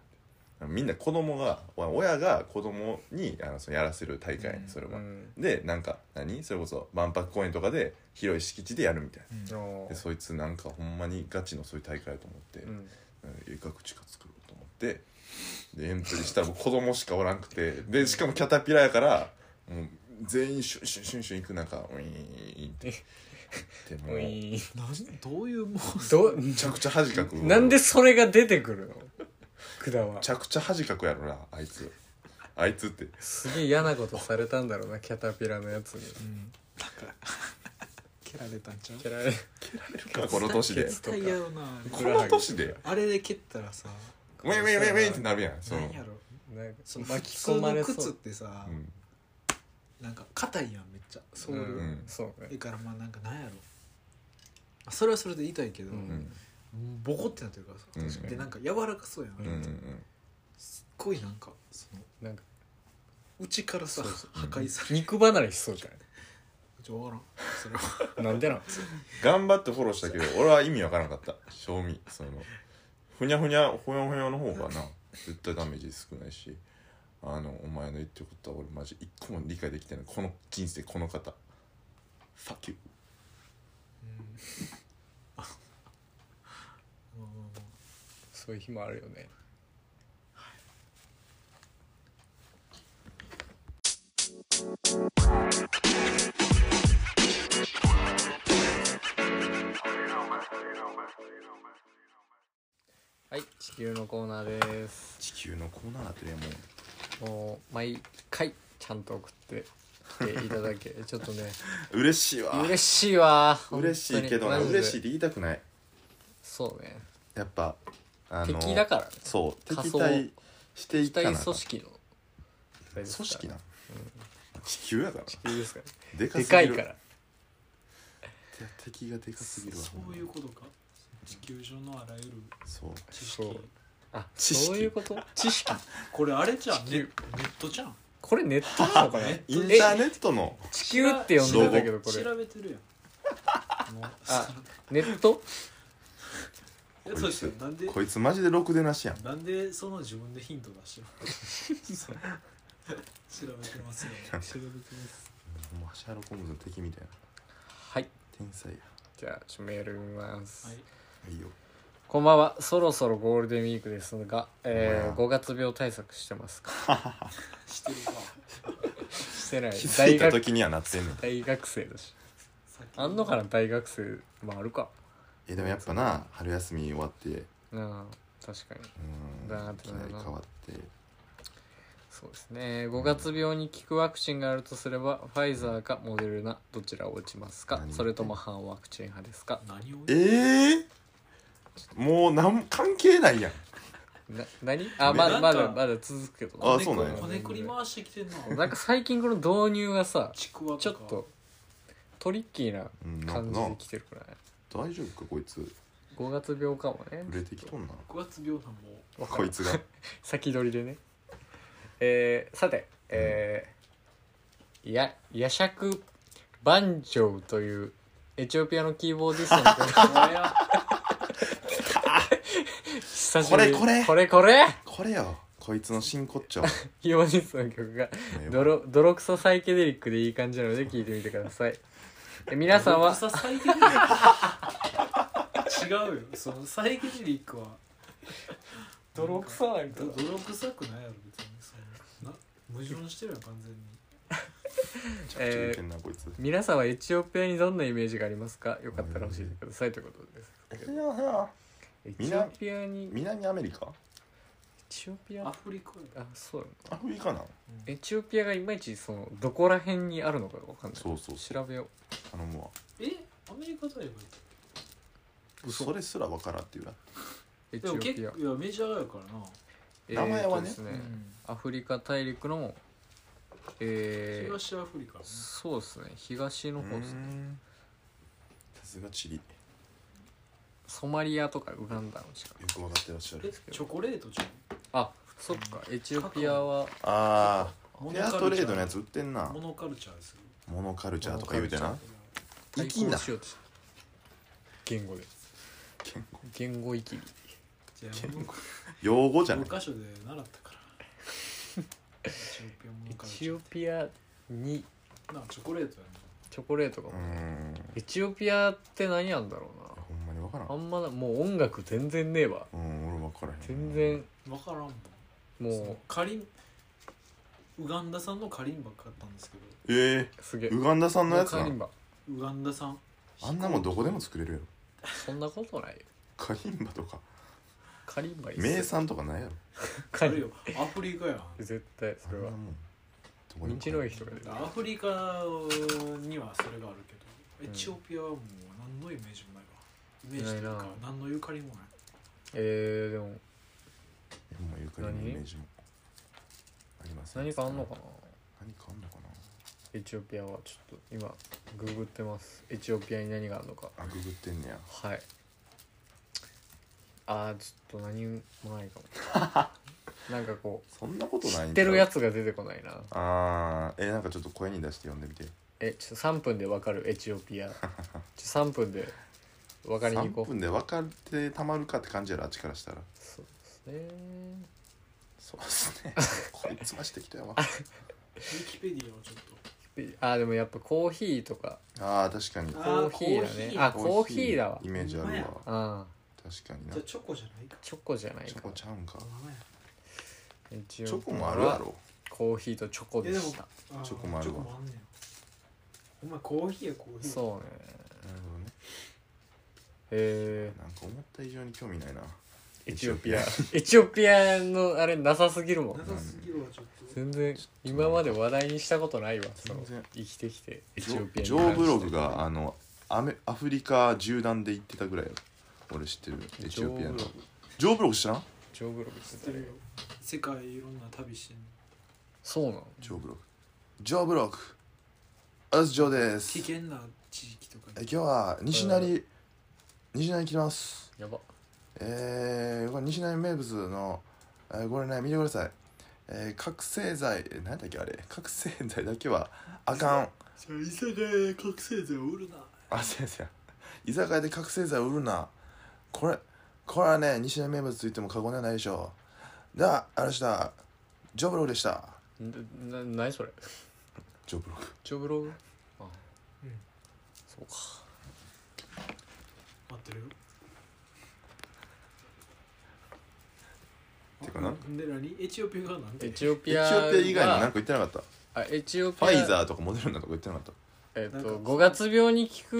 [SPEAKER 2] みんな子供がお親が子供にあのそのやらせる大会
[SPEAKER 3] うん
[SPEAKER 2] それ
[SPEAKER 1] う
[SPEAKER 2] は、
[SPEAKER 1] ん
[SPEAKER 2] でなんか何それこそ万博公園とかで広い敷地でやるみたい
[SPEAKER 3] うん
[SPEAKER 1] お
[SPEAKER 2] なでそいつなんかほんまにガチのそういう大会やと思って、
[SPEAKER 1] うん
[SPEAKER 2] え画口か作ろうと思ってでエントリーしたらもう子供しかおらんくてでしかもキャタピラやからもう全員シュンシュンシュンシュン行く中ウィーンってでも
[SPEAKER 1] う
[SPEAKER 2] うめ
[SPEAKER 1] い
[SPEAKER 3] なんどういうもう
[SPEAKER 1] ど
[SPEAKER 2] ちゃくちゃ恥かく
[SPEAKER 1] なんでそれが出てくるのくだ
[SPEAKER 2] め
[SPEAKER 1] は
[SPEAKER 2] ちゃくちゃ恥かくやろなあいつあいつって
[SPEAKER 1] すげえ嫌なことされたんだろうなキャタピラのやつに
[SPEAKER 3] うんなんか蹴られたんちゃう
[SPEAKER 1] 蹴られ
[SPEAKER 2] この年で
[SPEAKER 1] ケツ
[SPEAKER 3] 絶対嫌よなあれ
[SPEAKER 2] この年で
[SPEAKER 3] あれで蹴ったらさ
[SPEAKER 2] ウィンウィンウィンウィンってなるやんその
[SPEAKER 3] 何やろ
[SPEAKER 1] なんか
[SPEAKER 3] その
[SPEAKER 1] 巻き込まれ
[SPEAKER 3] 普通の靴
[SPEAKER 1] そ
[SPEAKER 3] っ
[SPEAKER 1] う
[SPEAKER 3] てさ、
[SPEAKER 2] うん
[SPEAKER 3] なんか硬いやんめっちゃソ
[SPEAKER 1] う
[SPEAKER 3] ール、
[SPEAKER 1] んそうね
[SPEAKER 3] だからまあなんかなんやろあそれはそれで痛いけど、
[SPEAKER 1] う
[SPEAKER 2] うん
[SPEAKER 3] ボコってなってるからさ、
[SPEAKER 2] うん
[SPEAKER 3] でなんか柔らかそうやん、
[SPEAKER 1] う
[SPEAKER 2] うんうん
[SPEAKER 3] すっごいなんかその
[SPEAKER 1] なんか
[SPEAKER 3] 内からさ破壊される、
[SPEAKER 1] 肉離れしそうじゃ
[SPEAKER 3] ちょ分からんそれは
[SPEAKER 1] んなんでなん
[SPEAKER 2] 頑張ってフォローしたけど俺は意味わからんかった賞味そのふにゃふにゃほやほやの方がな絶対ダメージ少ないしあのお前の言ってることは俺マジ一個も理解できてないこの人生この方 Fuck you
[SPEAKER 3] うんうん
[SPEAKER 1] そういう日もあるよねはい地球のコーナーです
[SPEAKER 2] 地球のコーナーだってねもう
[SPEAKER 1] もう毎回ちゃんと送ってきていただ けちょっとね
[SPEAKER 2] 嬉しいわ
[SPEAKER 1] 嬉しいわ
[SPEAKER 2] 嬉しいけどな
[SPEAKER 1] 本当に
[SPEAKER 2] 嬉しいっ
[SPEAKER 1] マジで
[SPEAKER 2] て言いたくない
[SPEAKER 1] そうね
[SPEAKER 2] やっぱあの
[SPEAKER 1] 敵だからね
[SPEAKER 2] そう
[SPEAKER 1] 仮
[SPEAKER 2] 敵
[SPEAKER 1] 想
[SPEAKER 2] 対してい
[SPEAKER 1] 敵
[SPEAKER 2] か
[SPEAKER 1] 対
[SPEAKER 2] なあかん
[SPEAKER 1] 組織の
[SPEAKER 2] 組織な、地球やから
[SPEAKER 1] 地球ですから
[SPEAKER 2] なでか
[SPEAKER 1] です
[SPEAKER 2] ぎ
[SPEAKER 1] か
[SPEAKER 2] る
[SPEAKER 1] いから
[SPEAKER 2] て敵がでかすぎるわ
[SPEAKER 3] そういうことか地球上のあらゆる
[SPEAKER 2] そう
[SPEAKER 3] 知
[SPEAKER 1] そ
[SPEAKER 3] 識
[SPEAKER 1] うあ
[SPEAKER 2] 知識
[SPEAKER 1] そういうこと知識
[SPEAKER 3] これあれじゃん
[SPEAKER 1] 地
[SPEAKER 3] ネネ
[SPEAKER 1] 球
[SPEAKER 3] ットじゃん
[SPEAKER 1] これネットなのかな
[SPEAKER 3] え
[SPEAKER 2] インターネットの
[SPEAKER 1] 地球って呼んでたけどこれ
[SPEAKER 3] 調べてるやんもう
[SPEAKER 1] あネット
[SPEAKER 3] えそうですよなんで
[SPEAKER 2] こいつマジでろくでなしやん
[SPEAKER 3] なんでその自分でヒント出してるの調べてま すね調べてます
[SPEAKER 2] もうハシャーロックホームズの敵みたいな
[SPEAKER 1] はい
[SPEAKER 2] 天才や
[SPEAKER 1] じゃあちょっとメール見ます、
[SPEAKER 3] はい
[SPEAKER 2] いいよ
[SPEAKER 1] こんばんはそろそろゴールデンウィークですが、えー、
[SPEAKER 2] ほ
[SPEAKER 1] 5月病対策してます か
[SPEAKER 3] してるか
[SPEAKER 1] してない
[SPEAKER 2] 気づ
[SPEAKER 1] 大
[SPEAKER 2] いた
[SPEAKER 1] 学
[SPEAKER 2] 時にはなってんねん
[SPEAKER 1] 大学生だし
[SPEAKER 3] さっき
[SPEAKER 1] あんのかな大学生もあるか
[SPEAKER 2] えでもやっぱな春休み終わってうん
[SPEAKER 1] うん確かにだなっ
[SPEAKER 2] い
[SPEAKER 1] て
[SPEAKER 2] き
[SPEAKER 1] な
[SPEAKER 2] な
[SPEAKER 1] る
[SPEAKER 2] り
[SPEAKER 1] な
[SPEAKER 2] 変わって
[SPEAKER 1] そうですね5月病に効くワクチンがあるとすれば、ファイザーかモデルナどちらを打ちますか
[SPEAKER 2] 何
[SPEAKER 1] それとも反ワクチン派ですか
[SPEAKER 3] 何を
[SPEAKER 2] ええー、もうなん関係ないやん
[SPEAKER 1] な何あ
[SPEAKER 2] ね
[SPEAKER 1] まだま
[SPEAKER 3] な
[SPEAKER 1] だ
[SPEAKER 3] んか
[SPEAKER 1] まだ続くけど
[SPEAKER 2] あそうなんや
[SPEAKER 3] こねくり回してきてん
[SPEAKER 1] な
[SPEAKER 3] なん
[SPEAKER 1] か最近この導入がさ
[SPEAKER 3] ちくわ
[SPEAKER 1] ちょ
[SPEAKER 3] と
[SPEAKER 1] っ
[SPEAKER 3] か
[SPEAKER 1] とトリッキーな
[SPEAKER 2] うんなん
[SPEAKER 1] 感
[SPEAKER 2] か
[SPEAKER 1] じ
[SPEAKER 2] な
[SPEAKER 1] で来てるくらい
[SPEAKER 2] 大丈夫かこいつ
[SPEAKER 1] 5月病かもね
[SPEAKER 2] 売れてきとんな
[SPEAKER 3] 五月病なんも
[SPEAKER 1] わか
[SPEAKER 2] こ
[SPEAKER 1] る
[SPEAKER 2] いつが
[SPEAKER 1] 先取りでねえー、さてえーや夜酌バンジョーというエチオピアのキーボーディストの曲
[SPEAKER 3] 怖 や
[SPEAKER 1] 久しぶりに
[SPEAKER 2] これ
[SPEAKER 1] こ
[SPEAKER 2] こ
[SPEAKER 1] れこれ
[SPEAKER 2] これよこいつの真骨 頂
[SPEAKER 1] キーボーディストの曲が泥泥臭サイケデリックでいい感じなので聴いてみてくださいえ皆さんは
[SPEAKER 3] 草サイケデリック違うよそのサイケデリックは
[SPEAKER 1] 泥臭なん
[SPEAKER 3] ど泥臭くないやろ別にそんなな矛盾してるやん完全に
[SPEAKER 2] めちゃくちゃいけんなこいつ
[SPEAKER 1] 皆さんはエチオピアにどんなイメージがありますかよかったら教えてくださいということです
[SPEAKER 2] いやいや
[SPEAKER 1] エ
[SPEAKER 2] みん
[SPEAKER 1] チ
[SPEAKER 2] な
[SPEAKER 1] オピアにエ
[SPEAKER 2] 南アメリカ
[SPEAKER 1] チオピア
[SPEAKER 3] ア
[SPEAKER 1] あ
[SPEAKER 3] フリカやろ
[SPEAKER 1] そうなの
[SPEAKER 2] アフリカなん
[SPEAKER 1] エチオピアがいまいちそのどこら辺にあるのかがわかんない
[SPEAKER 2] そうそうそう
[SPEAKER 1] 調べよ
[SPEAKER 2] 頼むわ
[SPEAKER 3] えアメリカ大陸
[SPEAKER 1] 嘘
[SPEAKER 2] それすらわからんっていうな
[SPEAKER 1] うエチ
[SPEAKER 3] で
[SPEAKER 1] オ
[SPEAKER 3] も
[SPEAKER 1] ピ
[SPEAKER 3] 結
[SPEAKER 1] ア
[SPEAKER 3] 構いやメジャーやからな、
[SPEAKER 1] えー
[SPEAKER 2] 名前は
[SPEAKER 1] と
[SPEAKER 2] ね
[SPEAKER 1] です
[SPEAKER 3] う
[SPEAKER 1] ね
[SPEAKER 3] ん
[SPEAKER 1] アフリカ大陸のえー、
[SPEAKER 3] 東アフリカやな
[SPEAKER 1] そうですね東の
[SPEAKER 2] う
[SPEAKER 1] 方ですね
[SPEAKER 2] ーんさすがチリよ
[SPEAKER 1] ソマリアとかウガンダの近く
[SPEAKER 2] く分かってらっしゃ
[SPEAKER 3] え
[SPEAKER 2] る
[SPEAKER 3] チョコレートじゃん
[SPEAKER 1] あそっかエチオピアは
[SPEAKER 2] ああ
[SPEAKER 3] モ
[SPEAKER 2] フェアトレードのやつ売ってんな
[SPEAKER 3] モノカルチャー ですよ
[SPEAKER 2] モノカルチャーとか言うてな
[SPEAKER 1] 対
[SPEAKER 2] 粋な
[SPEAKER 1] 抗しようとした言語で
[SPEAKER 2] 健康
[SPEAKER 1] 言語域
[SPEAKER 3] じゃあ
[SPEAKER 2] 健
[SPEAKER 3] モノカ
[SPEAKER 2] 用語じゃ
[SPEAKER 3] ル
[SPEAKER 2] ない
[SPEAKER 3] 教科書で習ったからエチオピアモノ
[SPEAKER 1] エ
[SPEAKER 3] カルチ
[SPEAKER 1] チ
[SPEAKER 3] ャ
[SPEAKER 1] オピアに
[SPEAKER 3] ーなんかチョコレートやな
[SPEAKER 1] チョコレートが、
[SPEAKER 2] うーん
[SPEAKER 1] エチオピアって何やんだろ
[SPEAKER 2] ほんまに分からん
[SPEAKER 1] うなあんまなもう音楽全然ねえわ
[SPEAKER 2] うん俺分からへん
[SPEAKER 1] 全然
[SPEAKER 3] 分からんもんそ
[SPEAKER 1] も
[SPEAKER 3] のカリンウガンダさんのカリンバ買ったんですけど
[SPEAKER 2] え
[SPEAKER 1] うすげえ
[SPEAKER 2] えウガンダ産のやつ
[SPEAKER 1] カ
[SPEAKER 2] な
[SPEAKER 1] リンバ
[SPEAKER 3] ウガンダさん
[SPEAKER 2] あんなもんどこでも作れるやろ
[SPEAKER 1] そんなことないよ
[SPEAKER 2] カリンバとか
[SPEAKER 1] カリンバいいっすよ
[SPEAKER 2] 名産とかないやろ
[SPEAKER 1] カ
[SPEAKER 3] あ
[SPEAKER 1] リ
[SPEAKER 3] る
[SPEAKER 1] ン
[SPEAKER 3] よアフリカやん
[SPEAKER 1] 絶対それは
[SPEAKER 2] あんなもんどこ
[SPEAKER 1] 道
[SPEAKER 2] でも買える
[SPEAKER 1] の駅とかで
[SPEAKER 3] アフリカにはそれがあるけどエチオピアはもう何のイメージもないわイメージという
[SPEAKER 1] な
[SPEAKER 3] か
[SPEAKER 1] いな
[SPEAKER 3] 何のゆかりもない
[SPEAKER 1] えー、でも
[SPEAKER 2] もうゆかりのイメージもありません
[SPEAKER 1] 何かあんのかな
[SPEAKER 2] 何かあんのか
[SPEAKER 1] エチオピアはちょっと今ググってますエチオピアに何があるのか
[SPEAKER 2] なあググってんねや
[SPEAKER 1] はいあーちょっと何もないかも なんかこ
[SPEAKER 2] そんなこ
[SPEAKER 1] う
[SPEAKER 2] と
[SPEAKER 1] 知
[SPEAKER 2] ないんちゃう
[SPEAKER 1] ってるやつが出てこないな
[SPEAKER 2] あーえなんかちょっと声に出して読んでみて
[SPEAKER 1] えちょっと3分でわかるエチオピアちょっと3分で分かりに
[SPEAKER 2] 3
[SPEAKER 1] 行こう
[SPEAKER 2] 分で分かってたまるかって感じやろあっちからしたら
[SPEAKER 1] そうですね
[SPEAKER 2] そうですねこいつましてきたやわ
[SPEAKER 3] ウィキペディアをちょっと
[SPEAKER 1] いやあーでもやっぱコーヒーとか
[SPEAKER 2] ああ確かに
[SPEAKER 1] コ
[SPEAKER 3] あ
[SPEAKER 1] ーヒーだねあ
[SPEAKER 3] あ
[SPEAKER 1] コーヒーだわ
[SPEAKER 2] イメージある
[SPEAKER 1] う
[SPEAKER 2] わ
[SPEAKER 1] ん
[SPEAKER 2] 確かにな
[SPEAKER 3] じゃあチョコじゃないか
[SPEAKER 1] チョコじゃない
[SPEAKER 2] チョ
[SPEAKER 1] か
[SPEAKER 2] コちゃうんか
[SPEAKER 3] お前
[SPEAKER 1] チ
[SPEAKER 2] チョコもあるやろ
[SPEAKER 1] コーヒーとチョコでし
[SPEAKER 3] いや
[SPEAKER 1] た
[SPEAKER 3] あー
[SPEAKER 2] チョコもあるわ
[SPEAKER 3] チョコもあんねんお前コーヒーやコーヒー
[SPEAKER 1] そうね
[SPEAKER 2] なるほどね
[SPEAKER 1] え
[SPEAKER 2] なんか思った以上に興味ないな
[SPEAKER 1] ーエチオピアエチオピアのあれなさすぎるもん
[SPEAKER 3] なさすぎるわちょっと
[SPEAKER 1] 全然今まで話題にしたことないわその
[SPEAKER 2] 全然
[SPEAKER 1] 生きてきてエ
[SPEAKER 2] ジ
[SPEAKER 1] チオピア
[SPEAKER 2] ョ
[SPEAKER 1] に
[SPEAKER 2] ジョーブログがあのアメアフリカ縦断で行ってたぐらいよ俺知ってるエチオピアの
[SPEAKER 1] ジョーブログ
[SPEAKER 2] ジョーブログ知らん
[SPEAKER 1] ジョーブログ知
[SPEAKER 3] 知
[SPEAKER 1] っ
[SPEAKER 3] ってて
[SPEAKER 1] る
[SPEAKER 3] る
[SPEAKER 1] よ
[SPEAKER 3] よ世界いろんな旅してんの
[SPEAKER 1] そうなの
[SPEAKER 2] ジョーブログジョーブログアスジョーです
[SPEAKER 3] 危険な地域とか
[SPEAKER 2] え
[SPEAKER 3] に
[SPEAKER 2] 今日は西成、西成行きます
[SPEAKER 1] やば
[SPEAKER 2] えー、これ西成名物の、えーこれね見てください、えー、覚醒剤えー何だっけあれ覚醒剤だけはあかん
[SPEAKER 3] それ居酒屋で覚醒剤を売るな
[SPEAKER 2] あ先生居酒屋で覚醒剤を売るなこれこれはね西成名物と言っても過言ではないでしょうではあれでしたジョブログでした
[SPEAKER 1] んなな何それ
[SPEAKER 2] ジョブログ
[SPEAKER 1] ジョーブログあ
[SPEAKER 3] うん
[SPEAKER 1] そうか
[SPEAKER 3] 待ってるよ
[SPEAKER 2] てかな
[SPEAKER 3] で何エチオピアがなんて
[SPEAKER 1] エチオ
[SPEAKER 2] エチ
[SPEAKER 1] ピア
[SPEAKER 2] オピア以外に何か
[SPEAKER 1] は
[SPEAKER 2] 言ってなかったフ
[SPEAKER 1] あエチオピア
[SPEAKER 2] ァイザーとかモデルナとか言ってなかった
[SPEAKER 1] えっ、
[SPEAKER 3] な
[SPEAKER 1] と
[SPEAKER 3] んか
[SPEAKER 1] 五月病に効く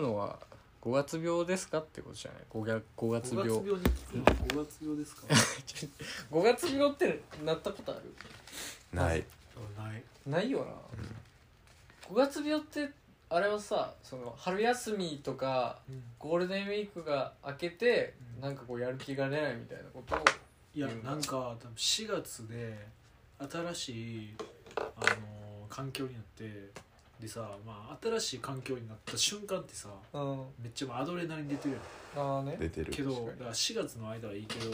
[SPEAKER 1] のは五月病ですかってことじゃない五月五
[SPEAKER 3] 五
[SPEAKER 1] 月
[SPEAKER 3] 月
[SPEAKER 1] 病
[SPEAKER 3] 病に効くの五月病ですか
[SPEAKER 1] 五月病ってなったことある
[SPEAKER 2] ない
[SPEAKER 3] あない
[SPEAKER 1] ないよな五月病ってあれはさその春休みとか
[SPEAKER 3] うん
[SPEAKER 1] ゴールデンウィークが明けて、
[SPEAKER 3] うん
[SPEAKER 1] なんかこうやる気が出ないみたいなことを
[SPEAKER 3] いや
[SPEAKER 1] 言うんだ
[SPEAKER 3] なんか多分4月で新しいあのー環境になってでさまあ新しい環境になった瞬間ってさ
[SPEAKER 1] うん
[SPEAKER 3] めっちゃアドレナリン出てるやん
[SPEAKER 1] ああね
[SPEAKER 2] 出てる
[SPEAKER 3] けど
[SPEAKER 1] 確か
[SPEAKER 3] だ
[SPEAKER 1] に
[SPEAKER 3] から4月の間はいいけど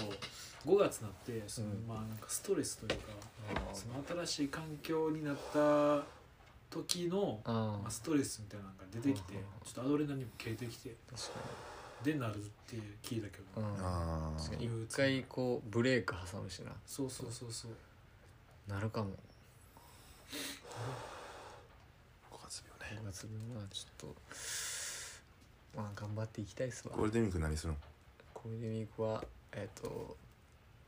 [SPEAKER 3] 5月になってその、
[SPEAKER 1] うん
[SPEAKER 3] まあなんかストレスというか
[SPEAKER 1] あ
[SPEAKER 3] その新しい環境になった時の、
[SPEAKER 1] あ
[SPEAKER 3] まあ、ストレスみたいなのが出てきて
[SPEAKER 1] うん
[SPEAKER 3] ちょっとアドレナリンも消えてきて
[SPEAKER 1] 確
[SPEAKER 3] でなるって聞いたけ
[SPEAKER 1] か
[SPEAKER 3] ど、
[SPEAKER 1] にうん
[SPEAKER 2] あ
[SPEAKER 1] 確か
[SPEAKER 2] ー
[SPEAKER 1] に一回こうブレーク挟むしな
[SPEAKER 3] そうそうそうそう
[SPEAKER 1] なるかも
[SPEAKER 2] 五月病ね
[SPEAKER 1] 五月分はちょっとまあ頑張っていきたいっすわ
[SPEAKER 2] ゴールデンウィーク何するの
[SPEAKER 1] ゴールデンウィークはえっ、と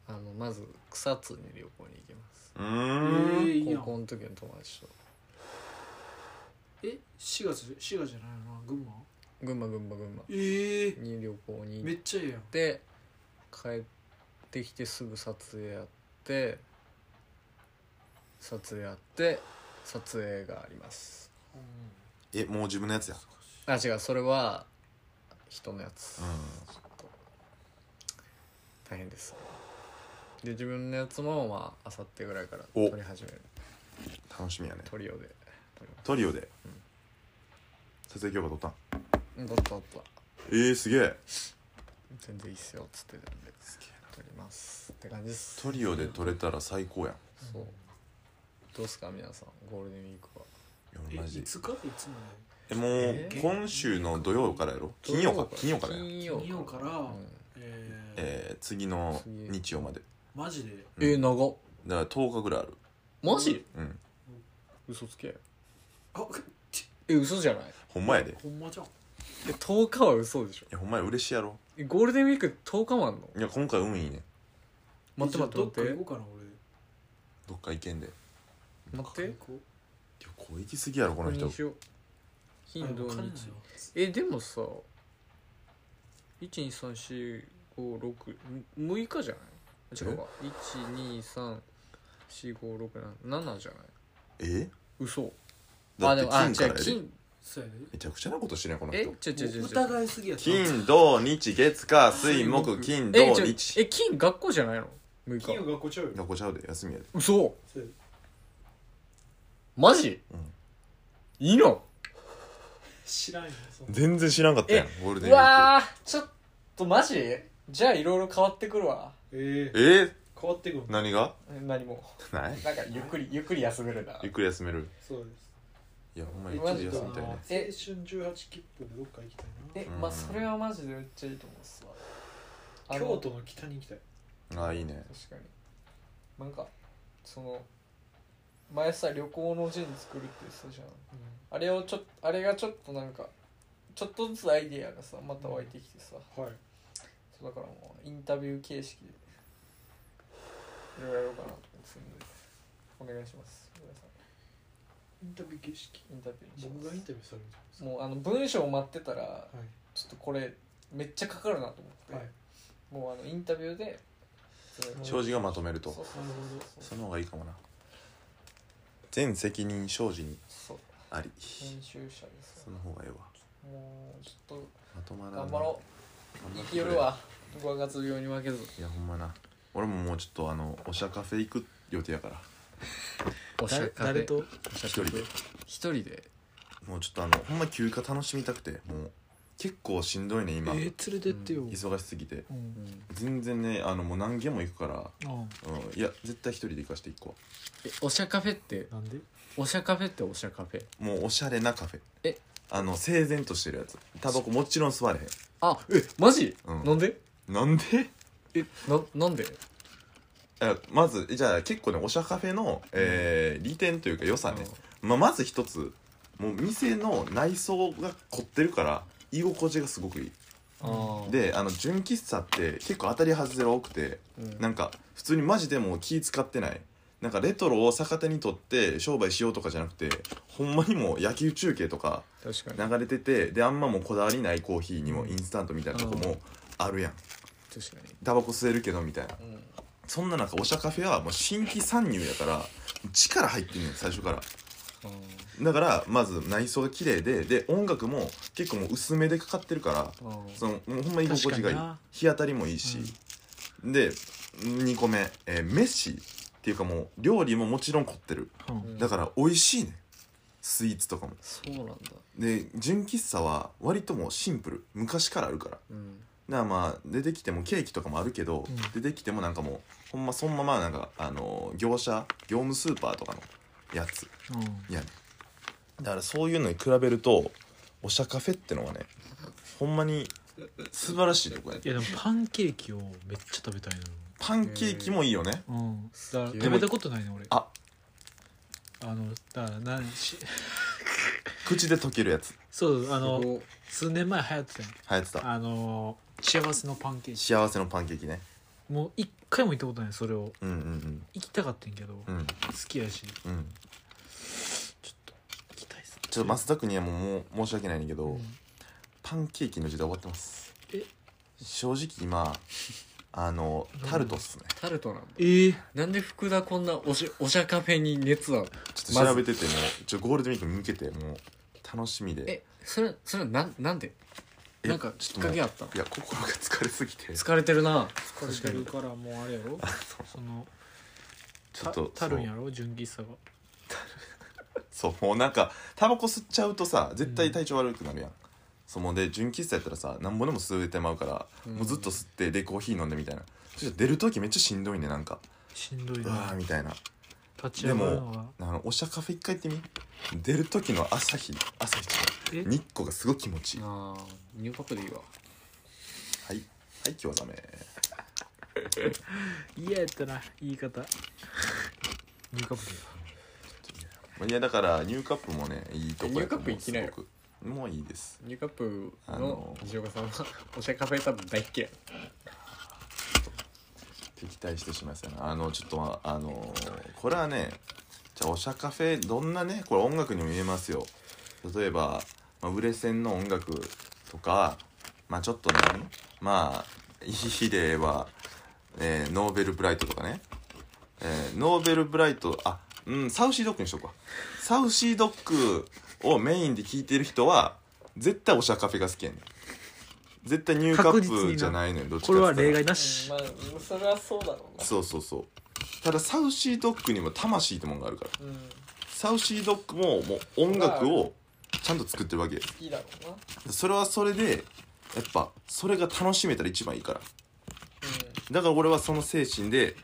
[SPEAKER 1] あのまず草津に旅行に行きます
[SPEAKER 2] う
[SPEAKER 3] え
[SPEAKER 2] ー
[SPEAKER 3] ー、いいやん
[SPEAKER 1] 高校の時の友達と
[SPEAKER 3] え4月4月じゃないのな群馬
[SPEAKER 1] 群馬群馬群馬
[SPEAKER 3] ええ
[SPEAKER 1] に旅行に
[SPEAKER 3] め
[SPEAKER 1] 行っ
[SPEAKER 3] っちゃええやん
[SPEAKER 1] て帰ってきてすぐ撮影やって撮影やって撮影があります
[SPEAKER 2] えもう自分のやつや
[SPEAKER 1] あ違うそれは人のやつ、
[SPEAKER 2] う
[SPEAKER 1] 大変ですで自分のやつもまあ明後日ぐらいから
[SPEAKER 2] お
[SPEAKER 1] 撮り始める
[SPEAKER 2] ん楽しみやね
[SPEAKER 1] トリオで撮りま
[SPEAKER 2] トリオで撮影許可取ったん
[SPEAKER 1] すうん撮った撮った
[SPEAKER 2] えー、すげえ
[SPEAKER 1] 全然いいっすよっつってたんで撮りますって感じです
[SPEAKER 2] トリオで撮れたら最高やん
[SPEAKER 1] そうどうっすか皆さんゴールデンウィークはい
[SPEAKER 3] え
[SPEAKER 2] やマジ
[SPEAKER 3] いつかいつま
[SPEAKER 2] えもう
[SPEAKER 1] えー
[SPEAKER 2] 今週の土曜からやろ金曜か金曜からや
[SPEAKER 1] 金曜
[SPEAKER 3] 金曜から
[SPEAKER 1] うん
[SPEAKER 3] でえ
[SPEAKER 2] えー、次の
[SPEAKER 1] 次
[SPEAKER 2] 日曜まで
[SPEAKER 3] ー、マジで
[SPEAKER 1] えー、長っ
[SPEAKER 2] だから10日ぐらいある
[SPEAKER 1] マジ
[SPEAKER 2] うん
[SPEAKER 1] 嘘つけ
[SPEAKER 3] あち
[SPEAKER 1] え嘘じゃない
[SPEAKER 2] ほんまやでい
[SPEAKER 3] ほんまじゃん
[SPEAKER 1] え10日は嘘でしょ
[SPEAKER 2] やほんまや嬉しいやろ
[SPEAKER 1] えゴールデンウィーク10日もあんの
[SPEAKER 2] いや今回運いいね
[SPEAKER 1] 待って
[SPEAKER 3] えじゃあ
[SPEAKER 1] 待って
[SPEAKER 3] どっ
[SPEAKER 1] 待
[SPEAKER 3] か行こうかな俺
[SPEAKER 2] どっか行けんで
[SPEAKER 1] って待って
[SPEAKER 3] どっか行こう
[SPEAKER 2] 旅行行きすぎやろこ
[SPEAKER 1] こ
[SPEAKER 2] の
[SPEAKER 1] れ
[SPEAKER 2] 人
[SPEAKER 1] にしよう
[SPEAKER 3] あ
[SPEAKER 1] 頻度
[SPEAKER 3] お金
[SPEAKER 1] に
[SPEAKER 3] ないわ
[SPEAKER 1] えでもさ1234566日じゃない違うか1234567じゃない
[SPEAKER 2] え
[SPEAKER 1] 嘘
[SPEAKER 2] だっ
[SPEAKER 1] で
[SPEAKER 2] て
[SPEAKER 1] もあ
[SPEAKER 2] 金か
[SPEAKER 1] 違う
[SPEAKER 2] らやで
[SPEAKER 1] 金
[SPEAKER 3] そうやで
[SPEAKER 2] めちゃくちゃなことしてねこの
[SPEAKER 1] え
[SPEAKER 2] 人
[SPEAKER 1] 違う違う違う違
[SPEAKER 3] も
[SPEAKER 1] う
[SPEAKER 3] う疑いすぎや
[SPEAKER 2] 金土日月火水木金
[SPEAKER 1] え
[SPEAKER 2] 土
[SPEAKER 1] ちょ
[SPEAKER 2] 日
[SPEAKER 1] え金学校じゃないの6日
[SPEAKER 3] 金を学校ちゃうよ
[SPEAKER 2] 学校ちゃうで休みやで
[SPEAKER 1] 嘘
[SPEAKER 3] そうやで
[SPEAKER 1] マジ、
[SPEAKER 2] うん
[SPEAKER 1] いいの
[SPEAKER 3] 知らんよそんな
[SPEAKER 2] 全然知らんかったやんゴールデン
[SPEAKER 1] う
[SPEAKER 2] ウィーク
[SPEAKER 1] わーちょっとマジじゃあいろいろ変わってくるわ
[SPEAKER 3] ええ
[SPEAKER 2] え
[SPEAKER 3] 変わってくる
[SPEAKER 2] ー、何が
[SPEAKER 1] え何も
[SPEAKER 2] ない
[SPEAKER 1] なんかゆっくりゆっくり休めるな
[SPEAKER 2] ゆっくり休める
[SPEAKER 3] そうです
[SPEAKER 2] いやほんまゆっくり
[SPEAKER 1] マジ
[SPEAKER 2] 休
[SPEAKER 1] か
[SPEAKER 2] みたいね
[SPEAKER 3] 青春18切符でどっか行きたいな
[SPEAKER 1] えまあそれはマジでめっちゃいいと思うっすわあの
[SPEAKER 3] 京都の北に行きたい
[SPEAKER 2] ああいいね
[SPEAKER 1] 確かになんかその
[SPEAKER 4] 前さ旅行のジェン作るって言ってたじゃんあれをちょっあれがちょっとなんかちょっとずつアイディアがさまた湧いてきてさ、
[SPEAKER 5] うんはい
[SPEAKER 4] そうだからもうインタビュー形式でいろいろやろうかなと思ってるんでお願いします皆さ
[SPEAKER 5] インタビュー形式
[SPEAKER 4] んインタビューにし
[SPEAKER 5] 僕
[SPEAKER 4] ま
[SPEAKER 5] がイン
[SPEAKER 4] す
[SPEAKER 5] タビューされるんじゃないですか
[SPEAKER 4] もうあの文章を待ってたら
[SPEAKER 5] はい
[SPEAKER 4] ちょっとこれめっちゃかかるなと思って、
[SPEAKER 5] はい
[SPEAKER 4] もうあのインタビューで
[SPEAKER 2] 庄司がまとめる
[SPEAKER 4] そうそ
[SPEAKER 2] と
[SPEAKER 4] うそうそう
[SPEAKER 2] その方がいいかもな全責任庄司に
[SPEAKER 4] そう
[SPEAKER 2] あり
[SPEAKER 4] 編集者です
[SPEAKER 2] その方がいいわ
[SPEAKER 4] もうちょっ
[SPEAKER 2] まとまら
[SPEAKER 4] と
[SPEAKER 2] な
[SPEAKER 4] 頑張ろ
[SPEAKER 2] 頑
[SPEAKER 4] う生
[SPEAKER 2] 張っ
[SPEAKER 4] き
[SPEAKER 2] てくれ
[SPEAKER 4] るわ五月病に負けず
[SPEAKER 2] いやほんまな俺ももうちょっとあのおしゃカフェ行く予定やから
[SPEAKER 1] おしゃ
[SPEAKER 5] 誰
[SPEAKER 1] か
[SPEAKER 5] 誰
[SPEAKER 1] で
[SPEAKER 5] と
[SPEAKER 1] 一
[SPEAKER 2] 一人で
[SPEAKER 1] 一人で
[SPEAKER 2] もうちょっとあのほんま休暇楽しみたくてもう結構しんどいね
[SPEAKER 5] え
[SPEAKER 2] 今、
[SPEAKER 5] ー、連れてってよ、うん
[SPEAKER 2] 忙しすぎて全然ねあのもう何軒も行くから、
[SPEAKER 5] あ
[SPEAKER 2] うん、いや絶対一人で行かしていこ
[SPEAKER 1] えおしゃカフェって
[SPEAKER 5] あなんで
[SPEAKER 1] おしゃカフェっておしゃカフェ
[SPEAKER 2] うもうおしゃれなカフェ
[SPEAKER 1] え
[SPEAKER 2] あの整然としてるやつタバコもちろん吸われへ
[SPEAKER 1] あえマジ、
[SPEAKER 2] うん
[SPEAKER 1] なんで
[SPEAKER 2] んなんで
[SPEAKER 1] えななんで
[SPEAKER 2] いやまずじゃあ結構ねおしゃカフェの、えー利点というか良さね、まあ、まず一つもう店の内装が凝ってるから居心地がすごくいい
[SPEAKER 1] あー、
[SPEAKER 2] であの純喫茶って結構当たり外れが多くて
[SPEAKER 1] うん
[SPEAKER 2] なんか普通にマジでもう気使ってないなんかレトロを逆手にとって商売しようとかじゃなくてほんまにもう野球中継とか
[SPEAKER 1] 確かに
[SPEAKER 2] 流れててであんまもうこだわりないコーヒーにもインスタントみたいなとこもあるやん
[SPEAKER 1] 確かに
[SPEAKER 2] タバコ吸えるけどみたいな
[SPEAKER 4] うん
[SPEAKER 2] そんな中おしゃカフェはもう新規参入やから力入ってんねん最初から
[SPEAKER 1] あ
[SPEAKER 2] だからまず内装が綺麗でで音楽も結構もう薄めでかかってるから
[SPEAKER 1] ーあー
[SPEAKER 2] そのもうほんま居心地がいい
[SPEAKER 5] 確かにな
[SPEAKER 2] 日当たりもいいし、で2個目、えー、飯っていうかもう料理ももちろん凝ってる
[SPEAKER 1] うん
[SPEAKER 2] だから美味しいねスイーツとかも
[SPEAKER 1] そうなんだ
[SPEAKER 2] で純喫茶は割ともうシンプル昔からあるから
[SPEAKER 1] うん
[SPEAKER 2] だからまあ出てきてもケーキとかもあるけど、出てきてもなんかもうほんまそのままなんかあのー業者業務スーパーとかのやついやねだからそういうのに比べるとおしゃカフェってのはねほんまに素晴らしいとこや
[SPEAKER 5] いやでもパンケーキをめっちゃ食べたい
[SPEAKER 2] パンケーキもいいよね
[SPEAKER 5] なうんだから
[SPEAKER 1] げえ
[SPEAKER 5] 食べたことないね俺
[SPEAKER 2] あ
[SPEAKER 5] あのだから何し
[SPEAKER 2] 口で溶けるやつ
[SPEAKER 5] そうあ
[SPEAKER 1] す
[SPEAKER 5] の
[SPEAKER 1] ごい
[SPEAKER 5] 数年前流行ってたんよ
[SPEAKER 2] 流行ってた
[SPEAKER 5] あの幸せのパンケーキ
[SPEAKER 2] 幸せのパンケーキね
[SPEAKER 5] もう一回も行ったことないそれを
[SPEAKER 2] うんうん
[SPEAKER 5] 行きたかったんやけど、
[SPEAKER 2] うんうん
[SPEAKER 5] 好きやし
[SPEAKER 2] うん
[SPEAKER 5] ちょっと行きたいっすね
[SPEAKER 2] ちょっと増田君にはもうもう申し訳ないねんだけど、
[SPEAKER 5] うん
[SPEAKER 2] パンケーキの時代終わってます
[SPEAKER 5] え
[SPEAKER 2] 正直今あのタルトっすね
[SPEAKER 1] タルトなんだ
[SPEAKER 5] えー、
[SPEAKER 1] なんで福田こんなおしおしゃカフェに熱ある
[SPEAKER 2] ちょっと調べててもうちょゴールデンウィークに向けてもう楽しみで
[SPEAKER 1] えそれそれなんなんで
[SPEAKER 2] え
[SPEAKER 1] なんか
[SPEAKER 2] ち
[SPEAKER 1] き
[SPEAKER 2] ょ
[SPEAKER 1] っ
[SPEAKER 2] っとも
[SPEAKER 1] か
[SPEAKER 2] う
[SPEAKER 1] けあった
[SPEAKER 2] いや心が疲れすぎて
[SPEAKER 1] 疲れてるな
[SPEAKER 5] 疲れてるからもうあれやろその
[SPEAKER 2] ちょっと
[SPEAKER 5] たたるんやろ純喫茶が
[SPEAKER 2] そうもうなんかタバコ吸っちゃうとさ絶対体調悪くなるやん、そうもうで純喫茶やったらさなんぼでも吸えてまうから、もうずっと吸ってでコーヒー飲んでみたいなそしたら出る時めっちゃしんどいねなんか
[SPEAKER 5] しんどいう
[SPEAKER 2] わ
[SPEAKER 5] な
[SPEAKER 2] ーみたいな
[SPEAKER 5] 立ち上がるのが
[SPEAKER 2] あのおしゃカフェ一回行ってみ出る時の朝日朝日
[SPEAKER 5] え
[SPEAKER 2] 日光がすごい気持ちいいは
[SPEAKER 1] ああニューパックでいいわ
[SPEAKER 2] いはい今日はダメ
[SPEAKER 5] 嫌やったな言い方ニューカップル
[SPEAKER 2] いやだからニューカップもねいいとこやと思う
[SPEAKER 1] ニューカップ行きなよ
[SPEAKER 2] すごくもういいです
[SPEAKER 1] ニューカップ
[SPEAKER 2] あの
[SPEAKER 1] の西岡さんはおしゃカフェ多分大っ嫌い
[SPEAKER 2] 敵対してしまいましたねあのちょっとまああのーこれはねじゃあおしゃカフェどんなねこれ音楽にも言えますよ例えば、まあ、売れ線の音楽とかまあちょっとねまあいい日では、えーノーベルブライトとかね、えーノーベルブライトあうんサウシードッグにしとくわサウシードッグをメインで聴いてる人は絶対おしゃカフェが好きやねん絶対ニューカ
[SPEAKER 5] 確実
[SPEAKER 2] ッ
[SPEAKER 5] に
[SPEAKER 2] プ
[SPEAKER 5] な
[SPEAKER 2] じゃないのよどっちか
[SPEAKER 5] こ
[SPEAKER 2] っ
[SPEAKER 5] れ
[SPEAKER 2] て言
[SPEAKER 5] は
[SPEAKER 2] ったら
[SPEAKER 5] 例外なし
[SPEAKER 4] まあそれはそうだろうな
[SPEAKER 2] そうそうそうただサウシードッグにも魂ってもんがあるから
[SPEAKER 4] うん好
[SPEAKER 2] サウシードッグももう音楽をちゃんと作ってるわけよ
[SPEAKER 4] きだろうな
[SPEAKER 2] それはそれでやっぱそれが楽しめたら一番いいから
[SPEAKER 4] う
[SPEAKER 2] だから俺はその精神で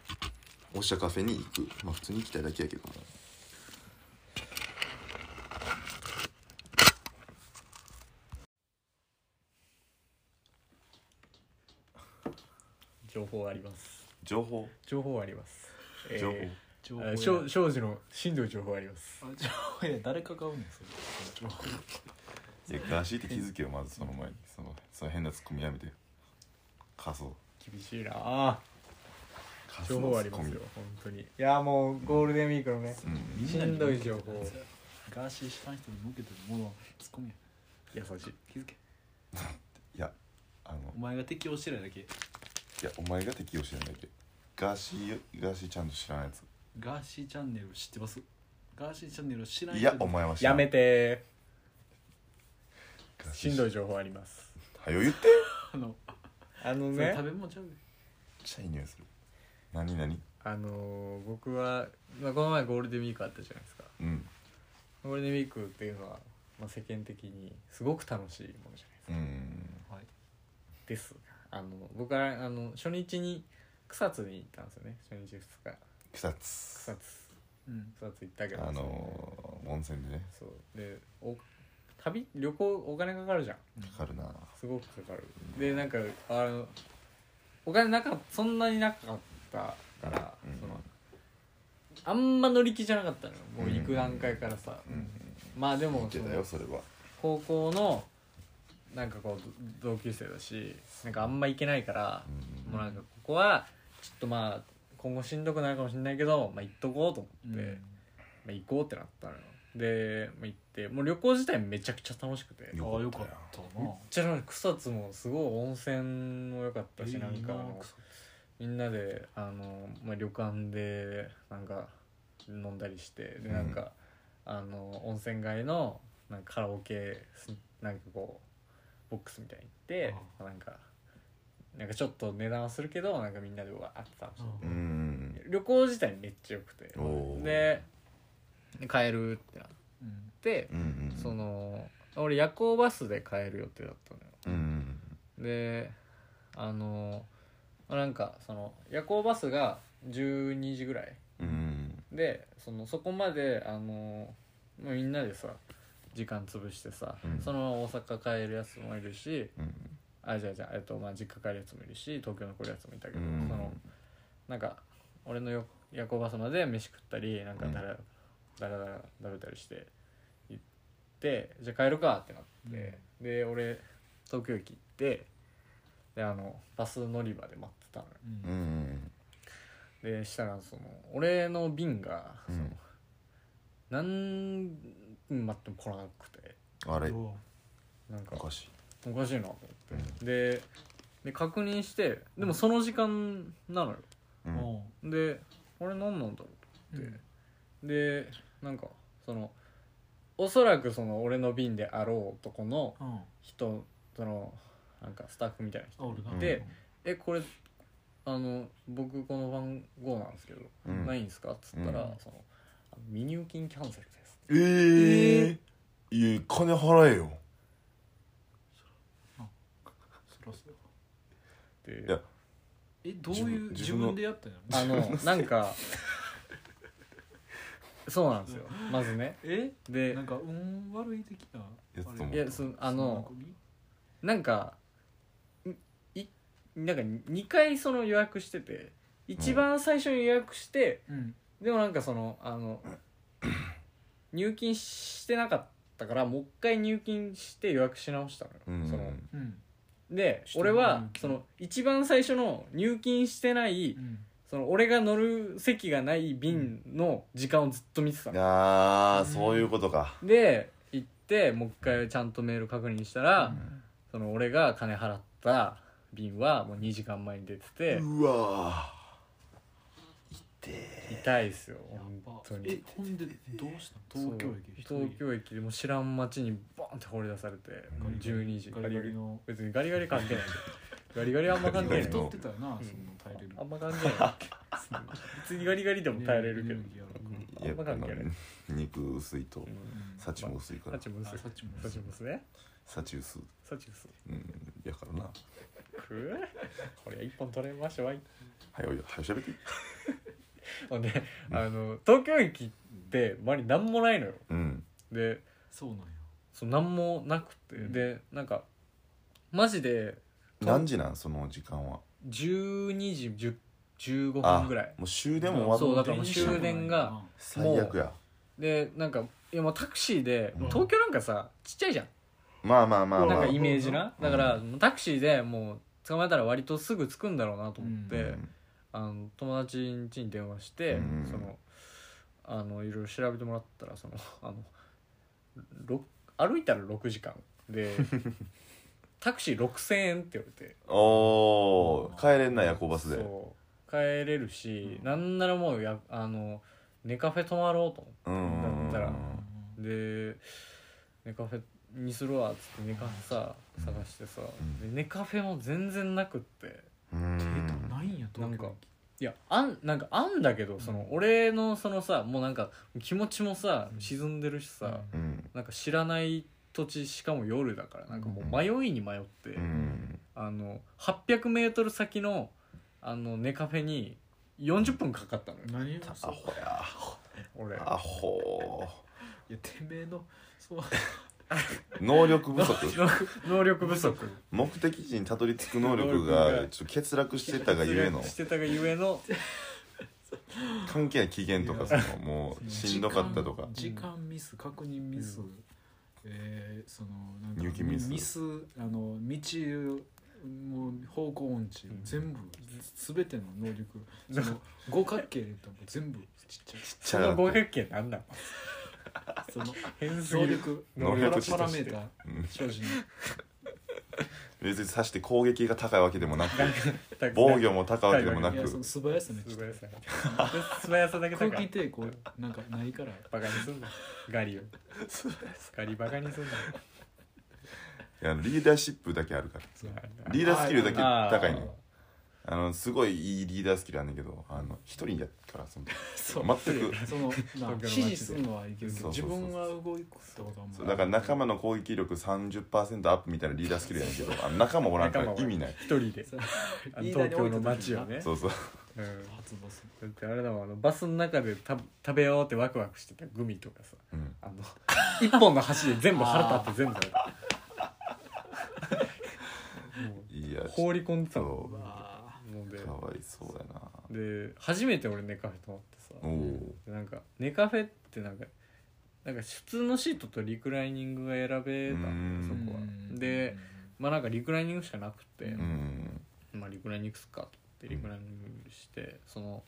[SPEAKER 2] おしゃカフェに行くまあ普通に行きたいだけやけども
[SPEAKER 1] 情報あります
[SPEAKER 2] 情報
[SPEAKER 1] 情報あります、えー
[SPEAKER 2] 情報
[SPEAKER 5] 情
[SPEAKER 1] えー
[SPEAKER 5] 報
[SPEAKER 1] 少
[SPEAKER 5] や
[SPEAKER 1] 少女のしんどい情報あります
[SPEAKER 5] あ情報や誰か買うねんそれ情報
[SPEAKER 2] いやガシって気づけよまずその前にそのその変なツッコミやめてよ仮想
[SPEAKER 1] 厳しいなあ
[SPEAKER 2] 仮
[SPEAKER 1] 情報ありますよ本当にいやもうゴールデンウィークのね
[SPEAKER 2] うん
[SPEAKER 1] しんどい情報
[SPEAKER 5] ガーシー知らん人に向けてるものツッコミや
[SPEAKER 1] 優しい
[SPEAKER 5] 気づけ
[SPEAKER 2] いやあの
[SPEAKER 5] お前が適応してないだけ
[SPEAKER 2] いやお前が適用してないだけガーシーガーシーちゃんと知らんやつ
[SPEAKER 5] ガーシーチャンネル知ってますガーシーチャンネル知らん
[SPEAKER 2] いやお前は知ら
[SPEAKER 1] や
[SPEAKER 2] ん
[SPEAKER 1] めて
[SPEAKER 2] ガーシ
[SPEAKER 1] し
[SPEAKER 2] ー
[SPEAKER 1] んどい情報あります
[SPEAKER 2] はよ言ってめっ
[SPEAKER 5] あの
[SPEAKER 1] あの
[SPEAKER 5] それ
[SPEAKER 1] ね
[SPEAKER 5] 食べ物ちゃうね
[SPEAKER 2] ちゃいい匂いする何何
[SPEAKER 1] あのー僕は、まあ、この前ゴールデンウィークあったじゃないですか
[SPEAKER 2] うん
[SPEAKER 1] ゴールデンウィークっていうのは、まあ、世間的にすごく楽しいものじゃないですか
[SPEAKER 2] うん
[SPEAKER 5] はい
[SPEAKER 1] ですあの僕はあの初日に草津に行ったんですよね初日2日
[SPEAKER 2] 草
[SPEAKER 1] 草
[SPEAKER 2] 津
[SPEAKER 1] 津
[SPEAKER 5] うん
[SPEAKER 1] 草津行ったけど
[SPEAKER 2] あのー温泉でね
[SPEAKER 1] そうでお旅旅行お金かかるじゃん
[SPEAKER 2] かかるな
[SPEAKER 1] すごくかかるでなんかあのお金なかそんなになかったから、
[SPEAKER 2] うん
[SPEAKER 1] そのあんま乗り気じゃなかったのよもう行く段階からさ、
[SPEAKER 2] うん
[SPEAKER 1] まあで
[SPEAKER 2] い
[SPEAKER 1] も
[SPEAKER 2] け
[SPEAKER 1] そ
[SPEAKER 2] たよ
[SPEAKER 1] の
[SPEAKER 2] それは
[SPEAKER 1] 高校のなんかこうど同級生だしなんかあんま行けないから、
[SPEAKER 2] うん
[SPEAKER 1] もうなんかここはちょっとまあ今後しんどくなるかもしれないけど、まあ、行っとこうと思って、まあ、行こうってなったのよで、まあ、行ってもう旅行自体めちゃくちゃ楽しくてめっ
[SPEAKER 5] ああよかったな
[SPEAKER 1] ちゃ楽しい草津もすごい温泉も良かったし、なんかあのみんなであの、まあ、旅館でなんか飲んだりしてでなんか、あの温泉街のなんかカラオケすなんかこうボックスみたいに行ってなんかなんかちょっと値段はするけどなんかみんなでわーって楽しんで
[SPEAKER 2] うんうん
[SPEAKER 1] 旅行自体めっちゃ良くて
[SPEAKER 2] おー
[SPEAKER 1] でで帰るってなって、
[SPEAKER 2] うんうんうん
[SPEAKER 1] その俺夜行バスで帰る予定だったのよ
[SPEAKER 2] うんうん
[SPEAKER 1] であのまあなんかその夜行バスが12時ぐらい
[SPEAKER 2] うん
[SPEAKER 1] でそのそこまであのまあみんなでさ時間潰してさ、
[SPEAKER 2] うん
[SPEAKER 1] そのまま大阪帰るやつもいるし
[SPEAKER 2] うん
[SPEAKER 1] あじゃあじゃあ、えっとまあ、実家帰るやつもいるし東京残るやつもいたけ
[SPEAKER 2] う
[SPEAKER 1] ど、
[SPEAKER 2] ん
[SPEAKER 1] そのなんか俺のよ夜行バスまで飯食ったりなんかだら,、だらだらだべたりして行ってじゃあ帰るかってなって、で俺東京駅行ってであのバス乗り場で待ってたのよ
[SPEAKER 2] うんうん
[SPEAKER 1] でしたらその俺の便がその、
[SPEAKER 2] うん
[SPEAKER 1] 何分待っても来なくて
[SPEAKER 2] あれ
[SPEAKER 1] なんか
[SPEAKER 2] おかしい
[SPEAKER 1] おかしいなと思ってでで確認してでもその時間なのよ
[SPEAKER 2] うん
[SPEAKER 1] であれ何なんだろうって、でなんかそのおそらくその俺の便であろうとこの人そのなんかスタッフみたいな人で「えこれあの僕この番号なんですけど、
[SPEAKER 2] うん
[SPEAKER 1] ないんですか?」っつったら、
[SPEAKER 2] う
[SPEAKER 1] そのあ「未入金キャンセルです
[SPEAKER 2] えー、いや金払えよ」
[SPEAKER 1] って
[SPEAKER 2] いや
[SPEAKER 5] えどういう
[SPEAKER 2] 自
[SPEAKER 5] 自
[SPEAKER 2] 分の
[SPEAKER 5] 分でやったんやろ
[SPEAKER 1] あのなん かそうなんですよまずね
[SPEAKER 5] え
[SPEAKER 1] で
[SPEAKER 5] なんか運悪い的な
[SPEAKER 2] やつと思
[SPEAKER 5] あ
[SPEAKER 2] う
[SPEAKER 1] い
[SPEAKER 5] れ
[SPEAKER 1] やそのあの
[SPEAKER 5] そんな
[SPEAKER 1] なんかいいなんか2回その予約してて一番最初に予約して、
[SPEAKER 5] 込みうん
[SPEAKER 1] でもなんかそのあの入金してなかったからもう一回入金して予約し直したのよ、
[SPEAKER 2] うん
[SPEAKER 1] その
[SPEAKER 5] うん
[SPEAKER 1] で
[SPEAKER 5] してない
[SPEAKER 1] 俺は
[SPEAKER 5] 入金
[SPEAKER 1] その一番最初の入金してない、
[SPEAKER 5] うん
[SPEAKER 1] その俺が乗る席がない便の時間をずっと見てたの、
[SPEAKER 2] ああそういうことか
[SPEAKER 1] で行ってもう一回ちゃんとメール確認したら、
[SPEAKER 2] ん
[SPEAKER 1] その俺が金払った便はもう2時間前に出てて、
[SPEAKER 2] うわー痛え
[SPEAKER 1] 痛いですよ
[SPEAKER 5] やば
[SPEAKER 1] 本当
[SPEAKER 5] え
[SPEAKER 1] に
[SPEAKER 5] ほんでどうしたの東京駅
[SPEAKER 1] そう東京駅でもう知らん街にボンって放り出されて
[SPEAKER 2] ガリガリ
[SPEAKER 1] 12時
[SPEAKER 5] ガリガリの
[SPEAKER 1] 別にガリガリ関係ないガリガリはあんま 関係ない
[SPEAKER 2] ガリガリ
[SPEAKER 5] 太
[SPEAKER 2] と
[SPEAKER 5] ってたよなその耐えれる
[SPEAKER 1] あんま関係ない別にガリガリでも耐えれるけど
[SPEAKER 5] エネルギーあるから
[SPEAKER 1] あんま関係ない
[SPEAKER 2] やっぱ肉薄いと
[SPEAKER 1] うん
[SPEAKER 5] うん
[SPEAKER 2] 幸も薄いか
[SPEAKER 1] サ
[SPEAKER 2] ら
[SPEAKER 1] チムス
[SPEAKER 5] あサチモス
[SPEAKER 1] サチムスね
[SPEAKER 2] 幸薄
[SPEAKER 1] サチムス
[SPEAKER 2] うんやからな
[SPEAKER 1] くぅこれ一本取れましたわ い
[SPEAKER 2] 早いよ早しゃべって
[SPEAKER 1] ほんであの東京駅って周りなんもないのよ
[SPEAKER 2] うん
[SPEAKER 1] で
[SPEAKER 5] そうなんや
[SPEAKER 1] そうなんもなくて
[SPEAKER 5] うん
[SPEAKER 1] でなんかマジで
[SPEAKER 2] 何時なんその時間は
[SPEAKER 1] 12時10 15
[SPEAKER 2] あ
[SPEAKER 1] 分ぐらい
[SPEAKER 2] もう終電も終
[SPEAKER 1] そう
[SPEAKER 2] わ
[SPEAKER 1] だ
[SPEAKER 2] っ
[SPEAKER 1] からもう終電が
[SPEAKER 2] 最悪や
[SPEAKER 1] でなんかいやもうタクシーで
[SPEAKER 2] うん
[SPEAKER 1] 東京なんかさちっちゃいじゃん
[SPEAKER 2] まあまあまあま
[SPEAKER 1] な
[SPEAKER 2] あ
[SPEAKER 1] んか
[SPEAKER 2] う
[SPEAKER 1] イメージな
[SPEAKER 2] うん
[SPEAKER 1] だからもうタクシーでもう捕まえたら割とすぐ着くんだろうなと思って、
[SPEAKER 2] ん
[SPEAKER 1] あの友達ん家に電話して、
[SPEAKER 2] うん
[SPEAKER 1] そのあのいろいろ調べてもらったらその あのろ歩いたら6時間 でタクシー6,000円って言われて
[SPEAKER 2] おー帰れんな夜行バスで
[SPEAKER 1] そう帰れるし、なんならもうやあの寝カフェ泊まろうと思
[SPEAKER 2] うんうんうん
[SPEAKER 1] だったらってで寝カフェにするわっつって寝カフェさ探してさ、
[SPEAKER 2] ん
[SPEAKER 1] で寝カフェも全然なくって。
[SPEAKER 2] う
[SPEAKER 5] え
[SPEAKER 2] ん
[SPEAKER 5] ないんやと
[SPEAKER 1] なんかいやあんなんかあんだけどその俺のそのさもうなんか気持ちもさ
[SPEAKER 5] うん
[SPEAKER 1] 沈んでるしさ、
[SPEAKER 2] うん
[SPEAKER 1] なんか知らない土地しかも夜だからなんかもう迷いに迷って、
[SPEAKER 2] うん
[SPEAKER 1] あの 800m 先のあの寝カフェに40分かかったのよ
[SPEAKER 5] 何を
[SPEAKER 2] アホや
[SPEAKER 1] 俺
[SPEAKER 2] アホ
[SPEAKER 5] いやてめえのそう
[SPEAKER 2] 能力不足
[SPEAKER 1] 能力不足
[SPEAKER 2] 目的地にたどり着く能 力がちょっと欠落してたがゆえの
[SPEAKER 1] してたがゆえの
[SPEAKER 2] 関係ない期限とかそのもうしんどかったとか
[SPEAKER 5] 時間時間ミス確認ミス、えーそのなん
[SPEAKER 2] 入
[SPEAKER 5] か
[SPEAKER 2] 金ミス
[SPEAKER 5] あの道もう方向音痴、
[SPEAKER 1] ん
[SPEAKER 5] 全部すべての能力その五角形で言ったらもう全部ちっちゃい
[SPEAKER 1] その五百円なんだ
[SPEAKER 5] その
[SPEAKER 1] 変す
[SPEAKER 5] 能
[SPEAKER 1] ぎる
[SPEAKER 5] 力
[SPEAKER 2] 能
[SPEAKER 5] パラパ
[SPEAKER 2] 力値と
[SPEAKER 5] ラメ
[SPEAKER 2] して
[SPEAKER 5] ーター
[SPEAKER 2] うん
[SPEAKER 5] 正直
[SPEAKER 2] 別にさして攻撃が高いわけでもなく
[SPEAKER 1] だけど
[SPEAKER 2] 防御も高いわけでもないく
[SPEAKER 5] やその素早さねちょ
[SPEAKER 1] 素
[SPEAKER 5] っと
[SPEAKER 1] 早 さ素早さだけだ
[SPEAKER 5] 空
[SPEAKER 1] から
[SPEAKER 5] 気抵抗なんかないから
[SPEAKER 1] バカにすんなガリをガリバカにすんない
[SPEAKER 2] やリーダーシップだけあるからリーダースキルだけ
[SPEAKER 1] あー
[SPEAKER 2] 高いねあのすごいいいリーダースキルあんだけどあの一人やからその
[SPEAKER 5] そう
[SPEAKER 2] 全く
[SPEAKER 5] そのな
[SPEAKER 1] 東京の街で
[SPEAKER 5] 指示するのはいいけるけど
[SPEAKER 2] そうそ
[SPEAKER 5] 自
[SPEAKER 2] うそうそう
[SPEAKER 5] 分は動くってことはも
[SPEAKER 2] そうだから仲間の攻撃力30%アップみたいなリーダースキルやねんけどあの仲間おらんから意味ない
[SPEAKER 1] 一人であの東京の街をね
[SPEAKER 2] そうそう
[SPEAKER 1] うん
[SPEAKER 5] 発動する
[SPEAKER 1] だってあれだもんあのバスの中でた食べようってワクワクしてたグミとかさ
[SPEAKER 2] うん
[SPEAKER 1] あの一本の箸で全部腹立って全部 も
[SPEAKER 2] いや
[SPEAKER 1] う放り込んでたの
[SPEAKER 5] あ
[SPEAKER 2] そ
[SPEAKER 1] ので
[SPEAKER 2] うかわいそうやな
[SPEAKER 1] で初めて俺寝カフェ泊まってさ
[SPEAKER 2] おお
[SPEAKER 1] でなんか寝カフェってなんかなんか普通のシートとリクライニングが選べたんだよ
[SPEAKER 2] う
[SPEAKER 1] そこはでまあなんかリクライニングしかなくて、
[SPEAKER 2] うん
[SPEAKER 1] まあリクライニングすっかと思ってリクライニングして、その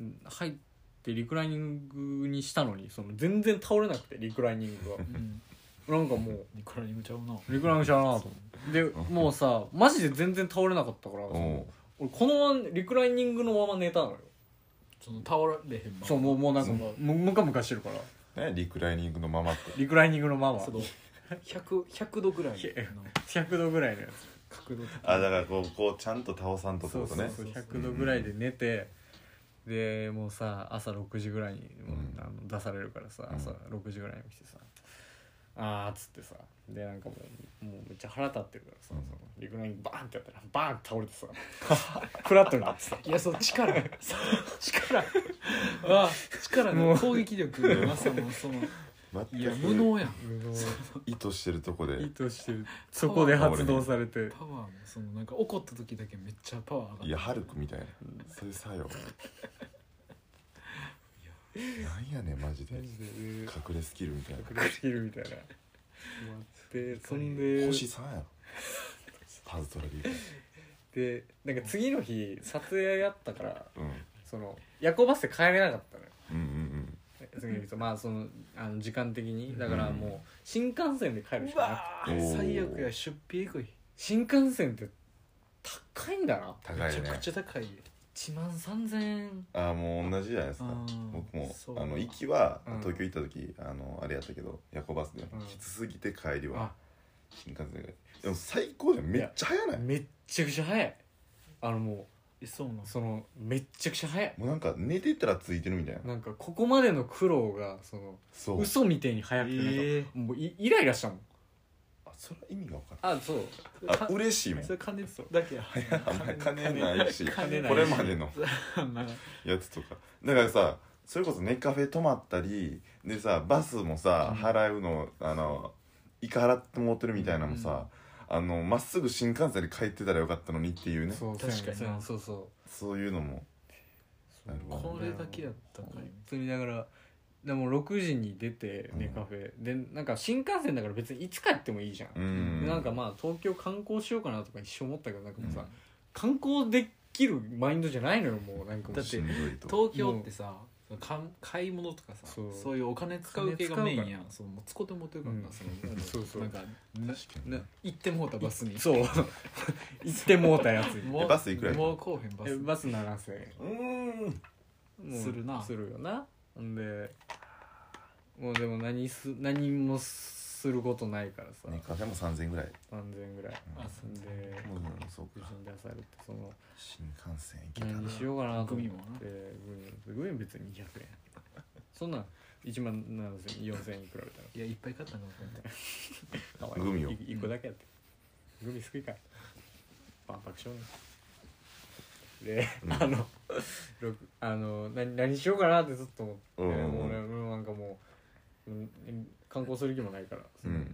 [SPEAKER 1] ん入ってリクライニングにしたのにその全然倒れなくてリクライニング
[SPEAKER 5] うん
[SPEAKER 1] がなんかもう
[SPEAKER 5] ニコラにむちゃうな
[SPEAKER 1] リクライニングしちゃうなと思ってでもうさマジで全然倒れなかったからそ
[SPEAKER 2] お
[SPEAKER 1] の
[SPEAKER 2] お
[SPEAKER 1] 俺このままリクライニングのまま寝たのよ
[SPEAKER 5] その倒れへんま
[SPEAKER 1] そうもうもうなんか
[SPEAKER 5] そ
[SPEAKER 1] も
[SPEAKER 5] の
[SPEAKER 1] うムカムカしてるから
[SPEAKER 2] ねリクライニングのままって
[SPEAKER 1] リクライニングのまま
[SPEAKER 5] その 100, 100度ぐらい
[SPEAKER 1] いや
[SPEAKER 5] の
[SPEAKER 1] 100度ぐらいのやつ
[SPEAKER 5] 角度
[SPEAKER 2] あだからこうこうちゃんと倒さんとって
[SPEAKER 1] そう
[SPEAKER 2] こと
[SPEAKER 1] そう
[SPEAKER 2] ね
[SPEAKER 1] そう100度ぐらいで寝て、でもうさ朝6時ぐらいにもう、
[SPEAKER 2] うん
[SPEAKER 1] あの出されるからさ
[SPEAKER 2] うん
[SPEAKER 1] 朝6時ぐらいに来てさ、あーっつってさでなんかもうもうめっちゃ腹立ってるからさ、
[SPEAKER 2] うん
[SPEAKER 1] そのリクライングバーンってやったらバーンって倒れてさ フラットになってさ
[SPEAKER 5] いやそう 力そう力あ力
[SPEAKER 1] も
[SPEAKER 5] の
[SPEAKER 1] う
[SPEAKER 5] 攻撃力のなさもそのい
[SPEAKER 2] 全
[SPEAKER 5] や
[SPEAKER 2] く
[SPEAKER 5] 無能やん
[SPEAKER 2] 意図してるとこ
[SPEAKER 1] 意
[SPEAKER 2] で
[SPEAKER 1] 図してるそこで発動されて
[SPEAKER 5] パワーもそのなんか怒った時だけめっちゃパワー上がって
[SPEAKER 2] いやハルクみたいなそういう作用なんやねんマジで
[SPEAKER 1] マジで
[SPEAKER 2] 隠れスキルみたいな
[SPEAKER 1] 隠れスキルみたいな。でそんで
[SPEAKER 2] 星3やろパズドラリー
[SPEAKER 1] でなんか次の日撮影やったから
[SPEAKER 2] うん
[SPEAKER 1] その夜行バスで帰れなかったのよ
[SPEAKER 2] うんうん
[SPEAKER 1] 次の日まあそのあの時間的にだからもう新幹線で帰るし
[SPEAKER 5] う
[SPEAKER 1] かなくて
[SPEAKER 5] わ
[SPEAKER 2] お
[SPEAKER 5] ー
[SPEAKER 2] ー
[SPEAKER 5] 最悪や出費えぐい
[SPEAKER 1] 新幹線って高いんだな
[SPEAKER 2] 高
[SPEAKER 5] めち
[SPEAKER 2] い
[SPEAKER 5] ゃ
[SPEAKER 2] ね
[SPEAKER 5] くちゃ高い
[SPEAKER 1] 1万3000円
[SPEAKER 2] ああもう同じじゃないですか
[SPEAKER 5] あー
[SPEAKER 2] 僕も
[SPEAKER 5] そう
[SPEAKER 2] あの行きは
[SPEAKER 1] うん
[SPEAKER 2] 東京行った時あのあれやったけど夜行バスで
[SPEAKER 1] うん
[SPEAKER 2] きつすぎて帰りは
[SPEAKER 1] あ
[SPEAKER 2] 新幹線ででも最高じゃんめっちゃ早ない
[SPEAKER 1] めっちゃくちゃ早いあのも
[SPEAKER 5] えそうなの
[SPEAKER 1] うそのめっちゃくちゃ早い
[SPEAKER 2] もうなんか寝てたらついてるみたいな
[SPEAKER 1] なんかここまでの苦労がその
[SPEAKER 2] そう
[SPEAKER 1] 嘘みてえに早くてなんか、
[SPEAKER 5] え
[SPEAKER 1] もういイライラしたもん
[SPEAKER 2] あそれは意味が分か
[SPEAKER 1] あそう
[SPEAKER 5] え
[SPEAKER 2] らんあ嬉しいもん
[SPEAKER 5] それ金だけや
[SPEAKER 2] あんまり金ないし
[SPEAKER 1] 金ないし
[SPEAKER 2] これまでの
[SPEAKER 5] なんか
[SPEAKER 2] やつとかだからさそれこそネカフェ泊まったりでさバスもさ払うのあのイカ払ってもってるみたいなのもさ、あのまっすぐ新幹線で帰ってたらよかったのにっていうね
[SPEAKER 1] そう
[SPEAKER 6] 確かに
[SPEAKER 1] そうやんそうやんそうそう
[SPEAKER 2] そういうのもなるほど
[SPEAKER 3] これだけやったか
[SPEAKER 1] 本当にだからでも6時に出て
[SPEAKER 2] うん
[SPEAKER 1] ネカフェ、でなんか新幹線だから別にいつ帰ってもいいじゃん、
[SPEAKER 2] うん
[SPEAKER 1] でなんかまあ東京観光しようかなとか一生思ったけどなんかもうさ、
[SPEAKER 2] うん
[SPEAKER 1] 観光できるマインドじゃないのよもうなんかもう
[SPEAKER 3] だって
[SPEAKER 2] しんどいと
[SPEAKER 3] 東京ってさかん買い物とかさ
[SPEAKER 1] そう
[SPEAKER 3] そういうお金使う系がメインやんそうもうつこうてもうてるから
[SPEAKER 1] う
[SPEAKER 3] なんその あの
[SPEAKER 1] そうそう
[SPEAKER 3] なんかな
[SPEAKER 1] な
[SPEAKER 3] 行ってもうたバスに
[SPEAKER 1] そう 行ってもうたやつ に
[SPEAKER 3] もう
[SPEAKER 2] えバスいくらやった
[SPEAKER 3] もうこうへんバ
[SPEAKER 1] え
[SPEAKER 3] ス
[SPEAKER 1] バス7000円
[SPEAKER 2] うーん
[SPEAKER 1] もう
[SPEAKER 3] するな
[SPEAKER 1] するよなほんでもうでも何す何もすることないからさ、
[SPEAKER 2] ねカフェも3000円ぐらい
[SPEAKER 1] 3000円ぐらい
[SPEAKER 2] うん
[SPEAKER 3] あ
[SPEAKER 1] ほんで
[SPEAKER 2] もうそう
[SPEAKER 1] 無
[SPEAKER 2] か
[SPEAKER 1] 事に出されてその
[SPEAKER 2] 新幹線行けた
[SPEAKER 1] 何
[SPEAKER 2] な
[SPEAKER 1] しようかなと思って
[SPEAKER 3] グミもな
[SPEAKER 1] グミグミ別に200円そんなん1万7000円4000円に比べたら
[SPEAKER 3] いやいっぱい買ったのか
[SPEAKER 1] か
[SPEAKER 3] な
[SPEAKER 1] わ
[SPEAKER 2] グミを
[SPEAKER 1] 1個だけやって、グミ好きか万博少年で、
[SPEAKER 2] うん
[SPEAKER 1] あのろくあの何何しようかなってずっと思って、
[SPEAKER 2] うんうんうん
[SPEAKER 1] もう俺もうなんかもううん観光する気もないから、
[SPEAKER 2] う
[SPEAKER 1] その
[SPEAKER 2] ん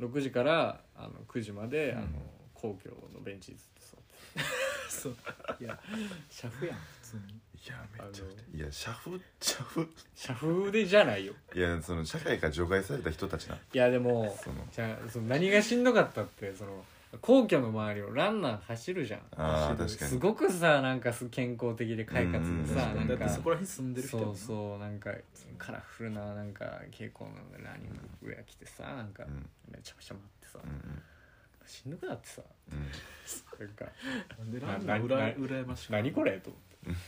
[SPEAKER 1] 6時からあの9時まで、あ
[SPEAKER 2] う
[SPEAKER 1] の
[SPEAKER 2] ん
[SPEAKER 1] 皇居のベンチにずっと座って
[SPEAKER 3] そういやシャフやん普通に
[SPEAKER 2] いやめっちゃくちゃいや社風社風
[SPEAKER 1] 社風でじゃないよ
[SPEAKER 2] いやその社会から除外された人たちない
[SPEAKER 1] やでも
[SPEAKER 2] その
[SPEAKER 1] じゃあその何がしんどかったってその皇居の周りをランナー走るじゃん
[SPEAKER 2] あー
[SPEAKER 1] 走る
[SPEAKER 2] 確かに
[SPEAKER 1] すごくさなんかす健康的で快活でさ
[SPEAKER 2] うん
[SPEAKER 1] な
[SPEAKER 2] うん
[SPEAKER 1] ん
[SPEAKER 3] だ
[SPEAKER 1] か
[SPEAKER 3] ってそこら辺住んでる人や
[SPEAKER 1] そ
[SPEAKER 3] もん
[SPEAKER 1] うそうなんかカラフルななんか蛍光のランニングウェア着てさなんか
[SPEAKER 2] うん
[SPEAKER 1] めちゃめちゃ待ってさ
[SPEAKER 2] うん
[SPEAKER 1] しんどくなってさ
[SPEAKER 2] うん
[SPEAKER 1] なんか
[SPEAKER 3] なんでランナ
[SPEAKER 1] な
[SPEAKER 3] ーうら
[SPEAKER 1] な
[SPEAKER 3] 羨ましい
[SPEAKER 1] 何これと
[SPEAKER 2] う
[SPEAKER 1] 思って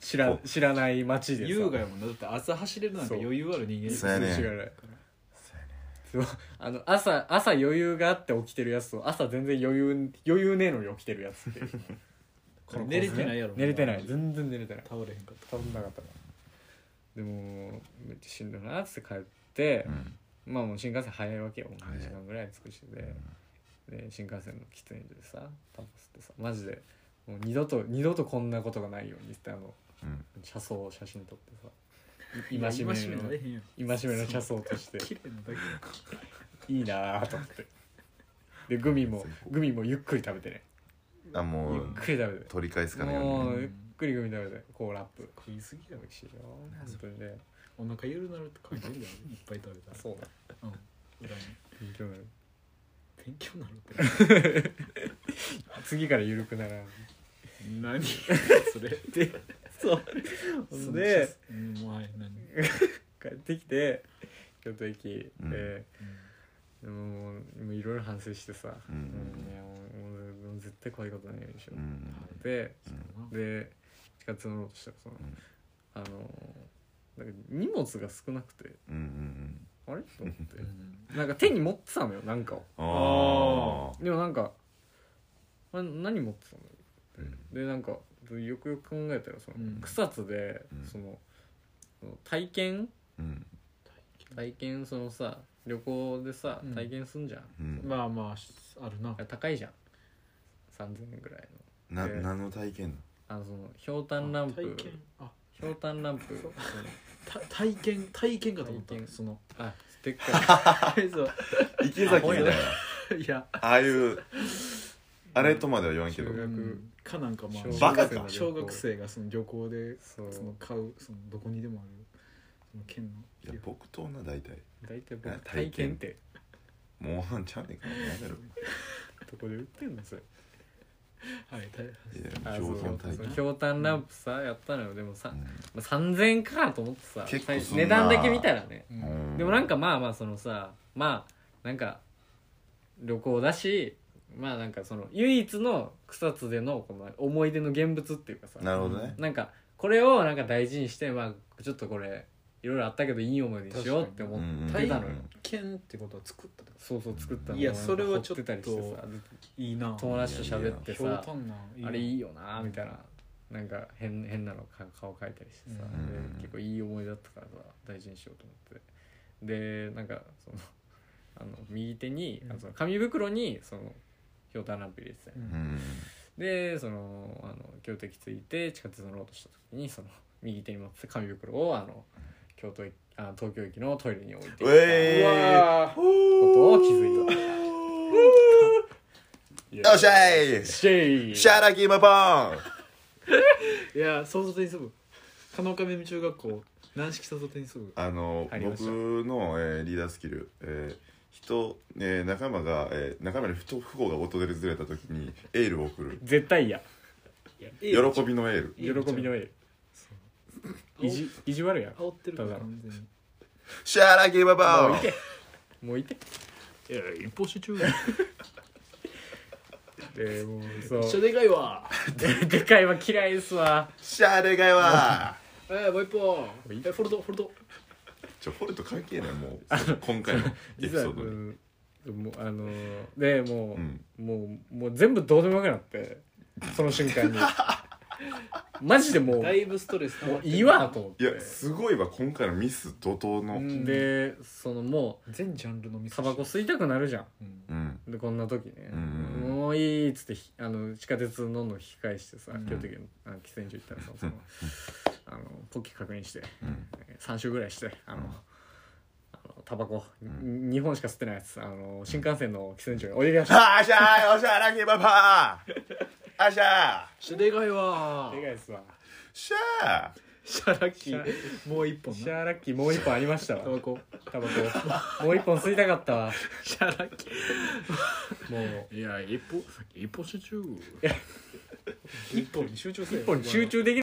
[SPEAKER 1] 知ら知らない街でさ
[SPEAKER 3] 優雅やもんなだって朝走れるなんか
[SPEAKER 1] そう
[SPEAKER 3] 余裕ある人間
[SPEAKER 2] そうやね
[SPEAKER 1] 知らないそうあの朝朝余裕があって起きてるやつと朝全然余裕余裕ねえのに起きてるやつっていうこの構図ね
[SPEAKER 3] 寝れてないやろ
[SPEAKER 1] 寝れてない全然寝れてない
[SPEAKER 3] 倒れへんかった
[SPEAKER 1] 多分なかったなでもめっちゃしんどいなっつって帰って
[SPEAKER 2] う、ん
[SPEAKER 1] まあもう新幹線早いわけよもう
[SPEAKER 2] 早い
[SPEAKER 1] 2時間ぐらい尽くしてて、で新幹線の喫煙所でさタバコ吸ってさマジでもう二度と二度とこんなことがないようにってあの
[SPEAKER 2] うん
[SPEAKER 1] 車窓を写真撮ってさい
[SPEAKER 3] 今
[SPEAKER 1] 戒
[SPEAKER 3] し
[SPEAKER 1] め
[SPEAKER 3] め
[SPEAKER 1] の
[SPEAKER 3] なれへんよ
[SPEAKER 1] 戒めの車窓と して
[SPEAKER 3] 綺麗なだけ
[SPEAKER 1] いいなぁと思ってでグミも
[SPEAKER 2] 最高
[SPEAKER 1] グミもゆっくり食べてね
[SPEAKER 2] あも
[SPEAKER 1] ゆっ
[SPEAKER 2] う
[SPEAKER 1] くり食べて
[SPEAKER 2] 取り返すかのよう
[SPEAKER 1] も
[SPEAKER 2] に
[SPEAKER 1] う
[SPEAKER 2] ね
[SPEAKER 1] ゆっくりグミ食べてこうラップ
[SPEAKER 3] 食いすぎや
[SPEAKER 1] 美
[SPEAKER 3] ろ
[SPEAKER 1] 味しいよ本当にね
[SPEAKER 3] お腹ゆるなるって関係ないだろいっぱい食べたら
[SPEAKER 1] そうだ
[SPEAKER 3] うん裏に
[SPEAKER 1] 勉強になる
[SPEAKER 3] 勉強なのって
[SPEAKER 1] 次からゆるくならん
[SPEAKER 3] 何それ
[SPEAKER 1] でそうで
[SPEAKER 3] うんもうはい何
[SPEAKER 1] 帰ってきて京都駅
[SPEAKER 2] うん
[SPEAKER 1] で、でももうもういろいろ反省してさ、
[SPEAKER 2] うん
[SPEAKER 1] もうねもうもうもう絶対こういうことないようにしよう、
[SPEAKER 2] うん
[SPEAKER 1] で
[SPEAKER 3] うん
[SPEAKER 1] で地下鉄乗ろうとしたらその、
[SPEAKER 2] うん
[SPEAKER 1] あのーなんか荷物が少なくて
[SPEAKER 2] うんうんうん
[SPEAKER 1] あれと思って
[SPEAKER 3] うん
[SPEAKER 1] なんか手に持ってたのよなんかを
[SPEAKER 2] ああ
[SPEAKER 1] でもなんかあ何持ってたの
[SPEAKER 2] うん
[SPEAKER 1] でなんかよくよく考えたらその、
[SPEAKER 3] うん
[SPEAKER 1] 草津で、
[SPEAKER 2] うん
[SPEAKER 1] そのその体験
[SPEAKER 2] うん
[SPEAKER 1] 体験そのさ旅行でさ
[SPEAKER 3] うん
[SPEAKER 1] 体験すんじゃん、
[SPEAKER 2] うん
[SPEAKER 3] まあまああるな
[SPEAKER 1] あれ高いじゃん3000円ぐらいの
[SPEAKER 2] な
[SPEAKER 1] で
[SPEAKER 2] 何の体験
[SPEAKER 1] あのそのひょうたんランプ
[SPEAKER 3] 体験あ
[SPEAKER 1] ひょうたんランプ
[SPEAKER 3] そう
[SPEAKER 1] その
[SPEAKER 3] た体験体験かと思った
[SPEAKER 1] 体験
[SPEAKER 3] その
[SPEAKER 1] あステッカー
[SPEAKER 3] そう
[SPEAKER 2] 池崎みたいない
[SPEAKER 3] や
[SPEAKER 2] ああいうあれとまでは言わんけど
[SPEAKER 1] 中学
[SPEAKER 3] うんかなんかまあ
[SPEAKER 2] バカか
[SPEAKER 1] の旅行
[SPEAKER 3] 小学生がその旅 行で
[SPEAKER 1] そう
[SPEAKER 3] その買うそのどこにでもあるその県
[SPEAKER 2] いや
[SPEAKER 3] の
[SPEAKER 2] 僕と女大体
[SPEAKER 1] 大体
[SPEAKER 2] あ
[SPEAKER 1] 僕
[SPEAKER 2] 体験
[SPEAKER 1] 体験って
[SPEAKER 2] もうワンちゃうねんからやめろ
[SPEAKER 1] どこで売ってんのそれ
[SPEAKER 3] はいた
[SPEAKER 1] あ
[SPEAKER 2] いや
[SPEAKER 1] そう
[SPEAKER 2] 共存体
[SPEAKER 1] そう
[SPEAKER 2] 験
[SPEAKER 1] ひょうたんランプさやったのよでもさ、
[SPEAKER 2] う
[SPEAKER 1] まあ、3000円かと思ってさ
[SPEAKER 2] 結構すんな
[SPEAKER 1] 値段だけ見たらね
[SPEAKER 3] うん
[SPEAKER 2] ん
[SPEAKER 1] でもなんかまあまあそのさまあなんか旅行だしまあなんかその唯一の草津でのこの思い出の現物っていうかさ
[SPEAKER 2] なるほどね
[SPEAKER 1] なんかこれをなんか大事にしてまあちょっとこれいろいろあったけどいい思い出にしようって思
[SPEAKER 2] う
[SPEAKER 1] っ
[SPEAKER 2] んうん
[SPEAKER 1] てたのよ、
[SPEAKER 2] うん
[SPEAKER 3] 県ってことは作ったってこ
[SPEAKER 1] そうそう作ったの
[SPEAKER 3] いやそれはちょ
[SPEAKER 1] 掘
[SPEAKER 3] っと
[SPEAKER 1] てたりしてさ
[SPEAKER 3] といいな
[SPEAKER 1] 友達と喋って
[SPEAKER 3] ひょう
[SPEAKER 1] さ
[SPEAKER 3] たんな
[SPEAKER 1] あれい
[SPEAKER 3] い
[SPEAKER 1] いよなみたいななんか変変なのか顔描いたりしてさ、
[SPEAKER 3] うん
[SPEAKER 1] で結構いい思い出だったからさ大事にしようと思ってでなんかその あの右手に、あのその紙袋にそのひょうたんランプ入れてたよ、
[SPEAKER 3] うん
[SPEAKER 2] うん
[SPEAKER 1] でそのあの京都駅着いて地下鉄乗ろうとした時にその右手に持ってた紙袋をあの京都駅あ東京駅のトイレに置いていた
[SPEAKER 2] え
[SPEAKER 1] ことを気づいたよ
[SPEAKER 2] よっしゃい
[SPEAKER 1] シェイ
[SPEAKER 2] シャラキマポン
[SPEAKER 3] いや想像手に住む加納亀中学校軟式想像手に住む
[SPEAKER 2] あの
[SPEAKER 1] 入りま
[SPEAKER 2] 僕
[SPEAKER 1] した
[SPEAKER 2] の、えーリーダースキル、えー人、えー仲間が、えー仲間に不不幸が訪れずれた時にエールを送る
[SPEAKER 1] 絶対嫌
[SPEAKER 2] 喜びのエール
[SPEAKER 1] 喜びの絵
[SPEAKER 3] いい
[SPEAKER 1] 意地意地悪や
[SPEAKER 3] 煽ってるから
[SPEAKER 1] ただ
[SPEAKER 3] 完全に
[SPEAKER 2] シャラキマポ
[SPEAKER 1] もう
[SPEAKER 2] ン
[SPEAKER 1] いてもういて
[SPEAKER 3] いや一方集中
[SPEAKER 1] でもうそう
[SPEAKER 3] 一緒でかいわ
[SPEAKER 1] ででかいは嫌いですわ
[SPEAKER 2] シャレがいわ
[SPEAKER 3] えー、もう一本
[SPEAKER 1] い
[SPEAKER 3] えフォルトフォルト
[SPEAKER 2] ちょフォルト関係ないもう今回のエピ
[SPEAKER 1] 実は
[SPEAKER 2] ソ
[SPEAKER 1] う
[SPEAKER 2] ードに
[SPEAKER 1] んもうあのーでも
[SPEAKER 2] う
[SPEAKER 1] う、
[SPEAKER 2] ん
[SPEAKER 1] もうもう全部どうでもよくなってその瞬間にマジでもう
[SPEAKER 3] だいぶストレス溜ま
[SPEAKER 1] も
[SPEAKER 3] って
[SPEAKER 1] う
[SPEAKER 3] る
[SPEAKER 1] いいわと思っ
[SPEAKER 2] い
[SPEAKER 1] て
[SPEAKER 2] やすごいわ今回のミス怒涛の
[SPEAKER 1] んでそのも
[SPEAKER 7] 全ジャンルのミ
[SPEAKER 1] う
[SPEAKER 7] ス
[SPEAKER 1] タバコ吸いたくなるじゃ
[SPEAKER 7] うん
[SPEAKER 2] うん
[SPEAKER 1] んでこんな時ね、
[SPEAKER 2] うんうんうん
[SPEAKER 1] もういいっつってひあの地下鉄飲んどん引き返してさ、
[SPEAKER 7] うん
[SPEAKER 1] 今日的にあの喫煙所行ったらさそのあのポッキー確認して
[SPEAKER 2] うん
[SPEAKER 1] 3週ぐらいしてあの、
[SPEAKER 2] うん
[SPEAKER 1] あのタバコ、
[SPEAKER 2] ん
[SPEAKER 1] 日本しか吸ってないやつあの新幹線の喫煙所に置いてきました
[SPEAKER 2] あーしゃーおしゃらきパパあしゃー
[SPEAKER 3] 一緒でかいわ
[SPEAKER 1] でかいっすわ
[SPEAKER 2] しゃ
[SPEAKER 3] シャラッキ
[SPEAKER 1] シャ
[SPEAKER 3] ーもう一本
[SPEAKER 1] シ
[SPEAKER 3] な
[SPEAKER 1] ャーラッキーもう一本ありましたわ
[SPEAKER 3] タバコ
[SPEAKER 1] タバコもう一本吸いたかったわ
[SPEAKER 3] シャラッキ
[SPEAKER 1] もう
[SPEAKER 3] ーいや一歩一歩集中一本に集中せよ
[SPEAKER 1] 一本集中でき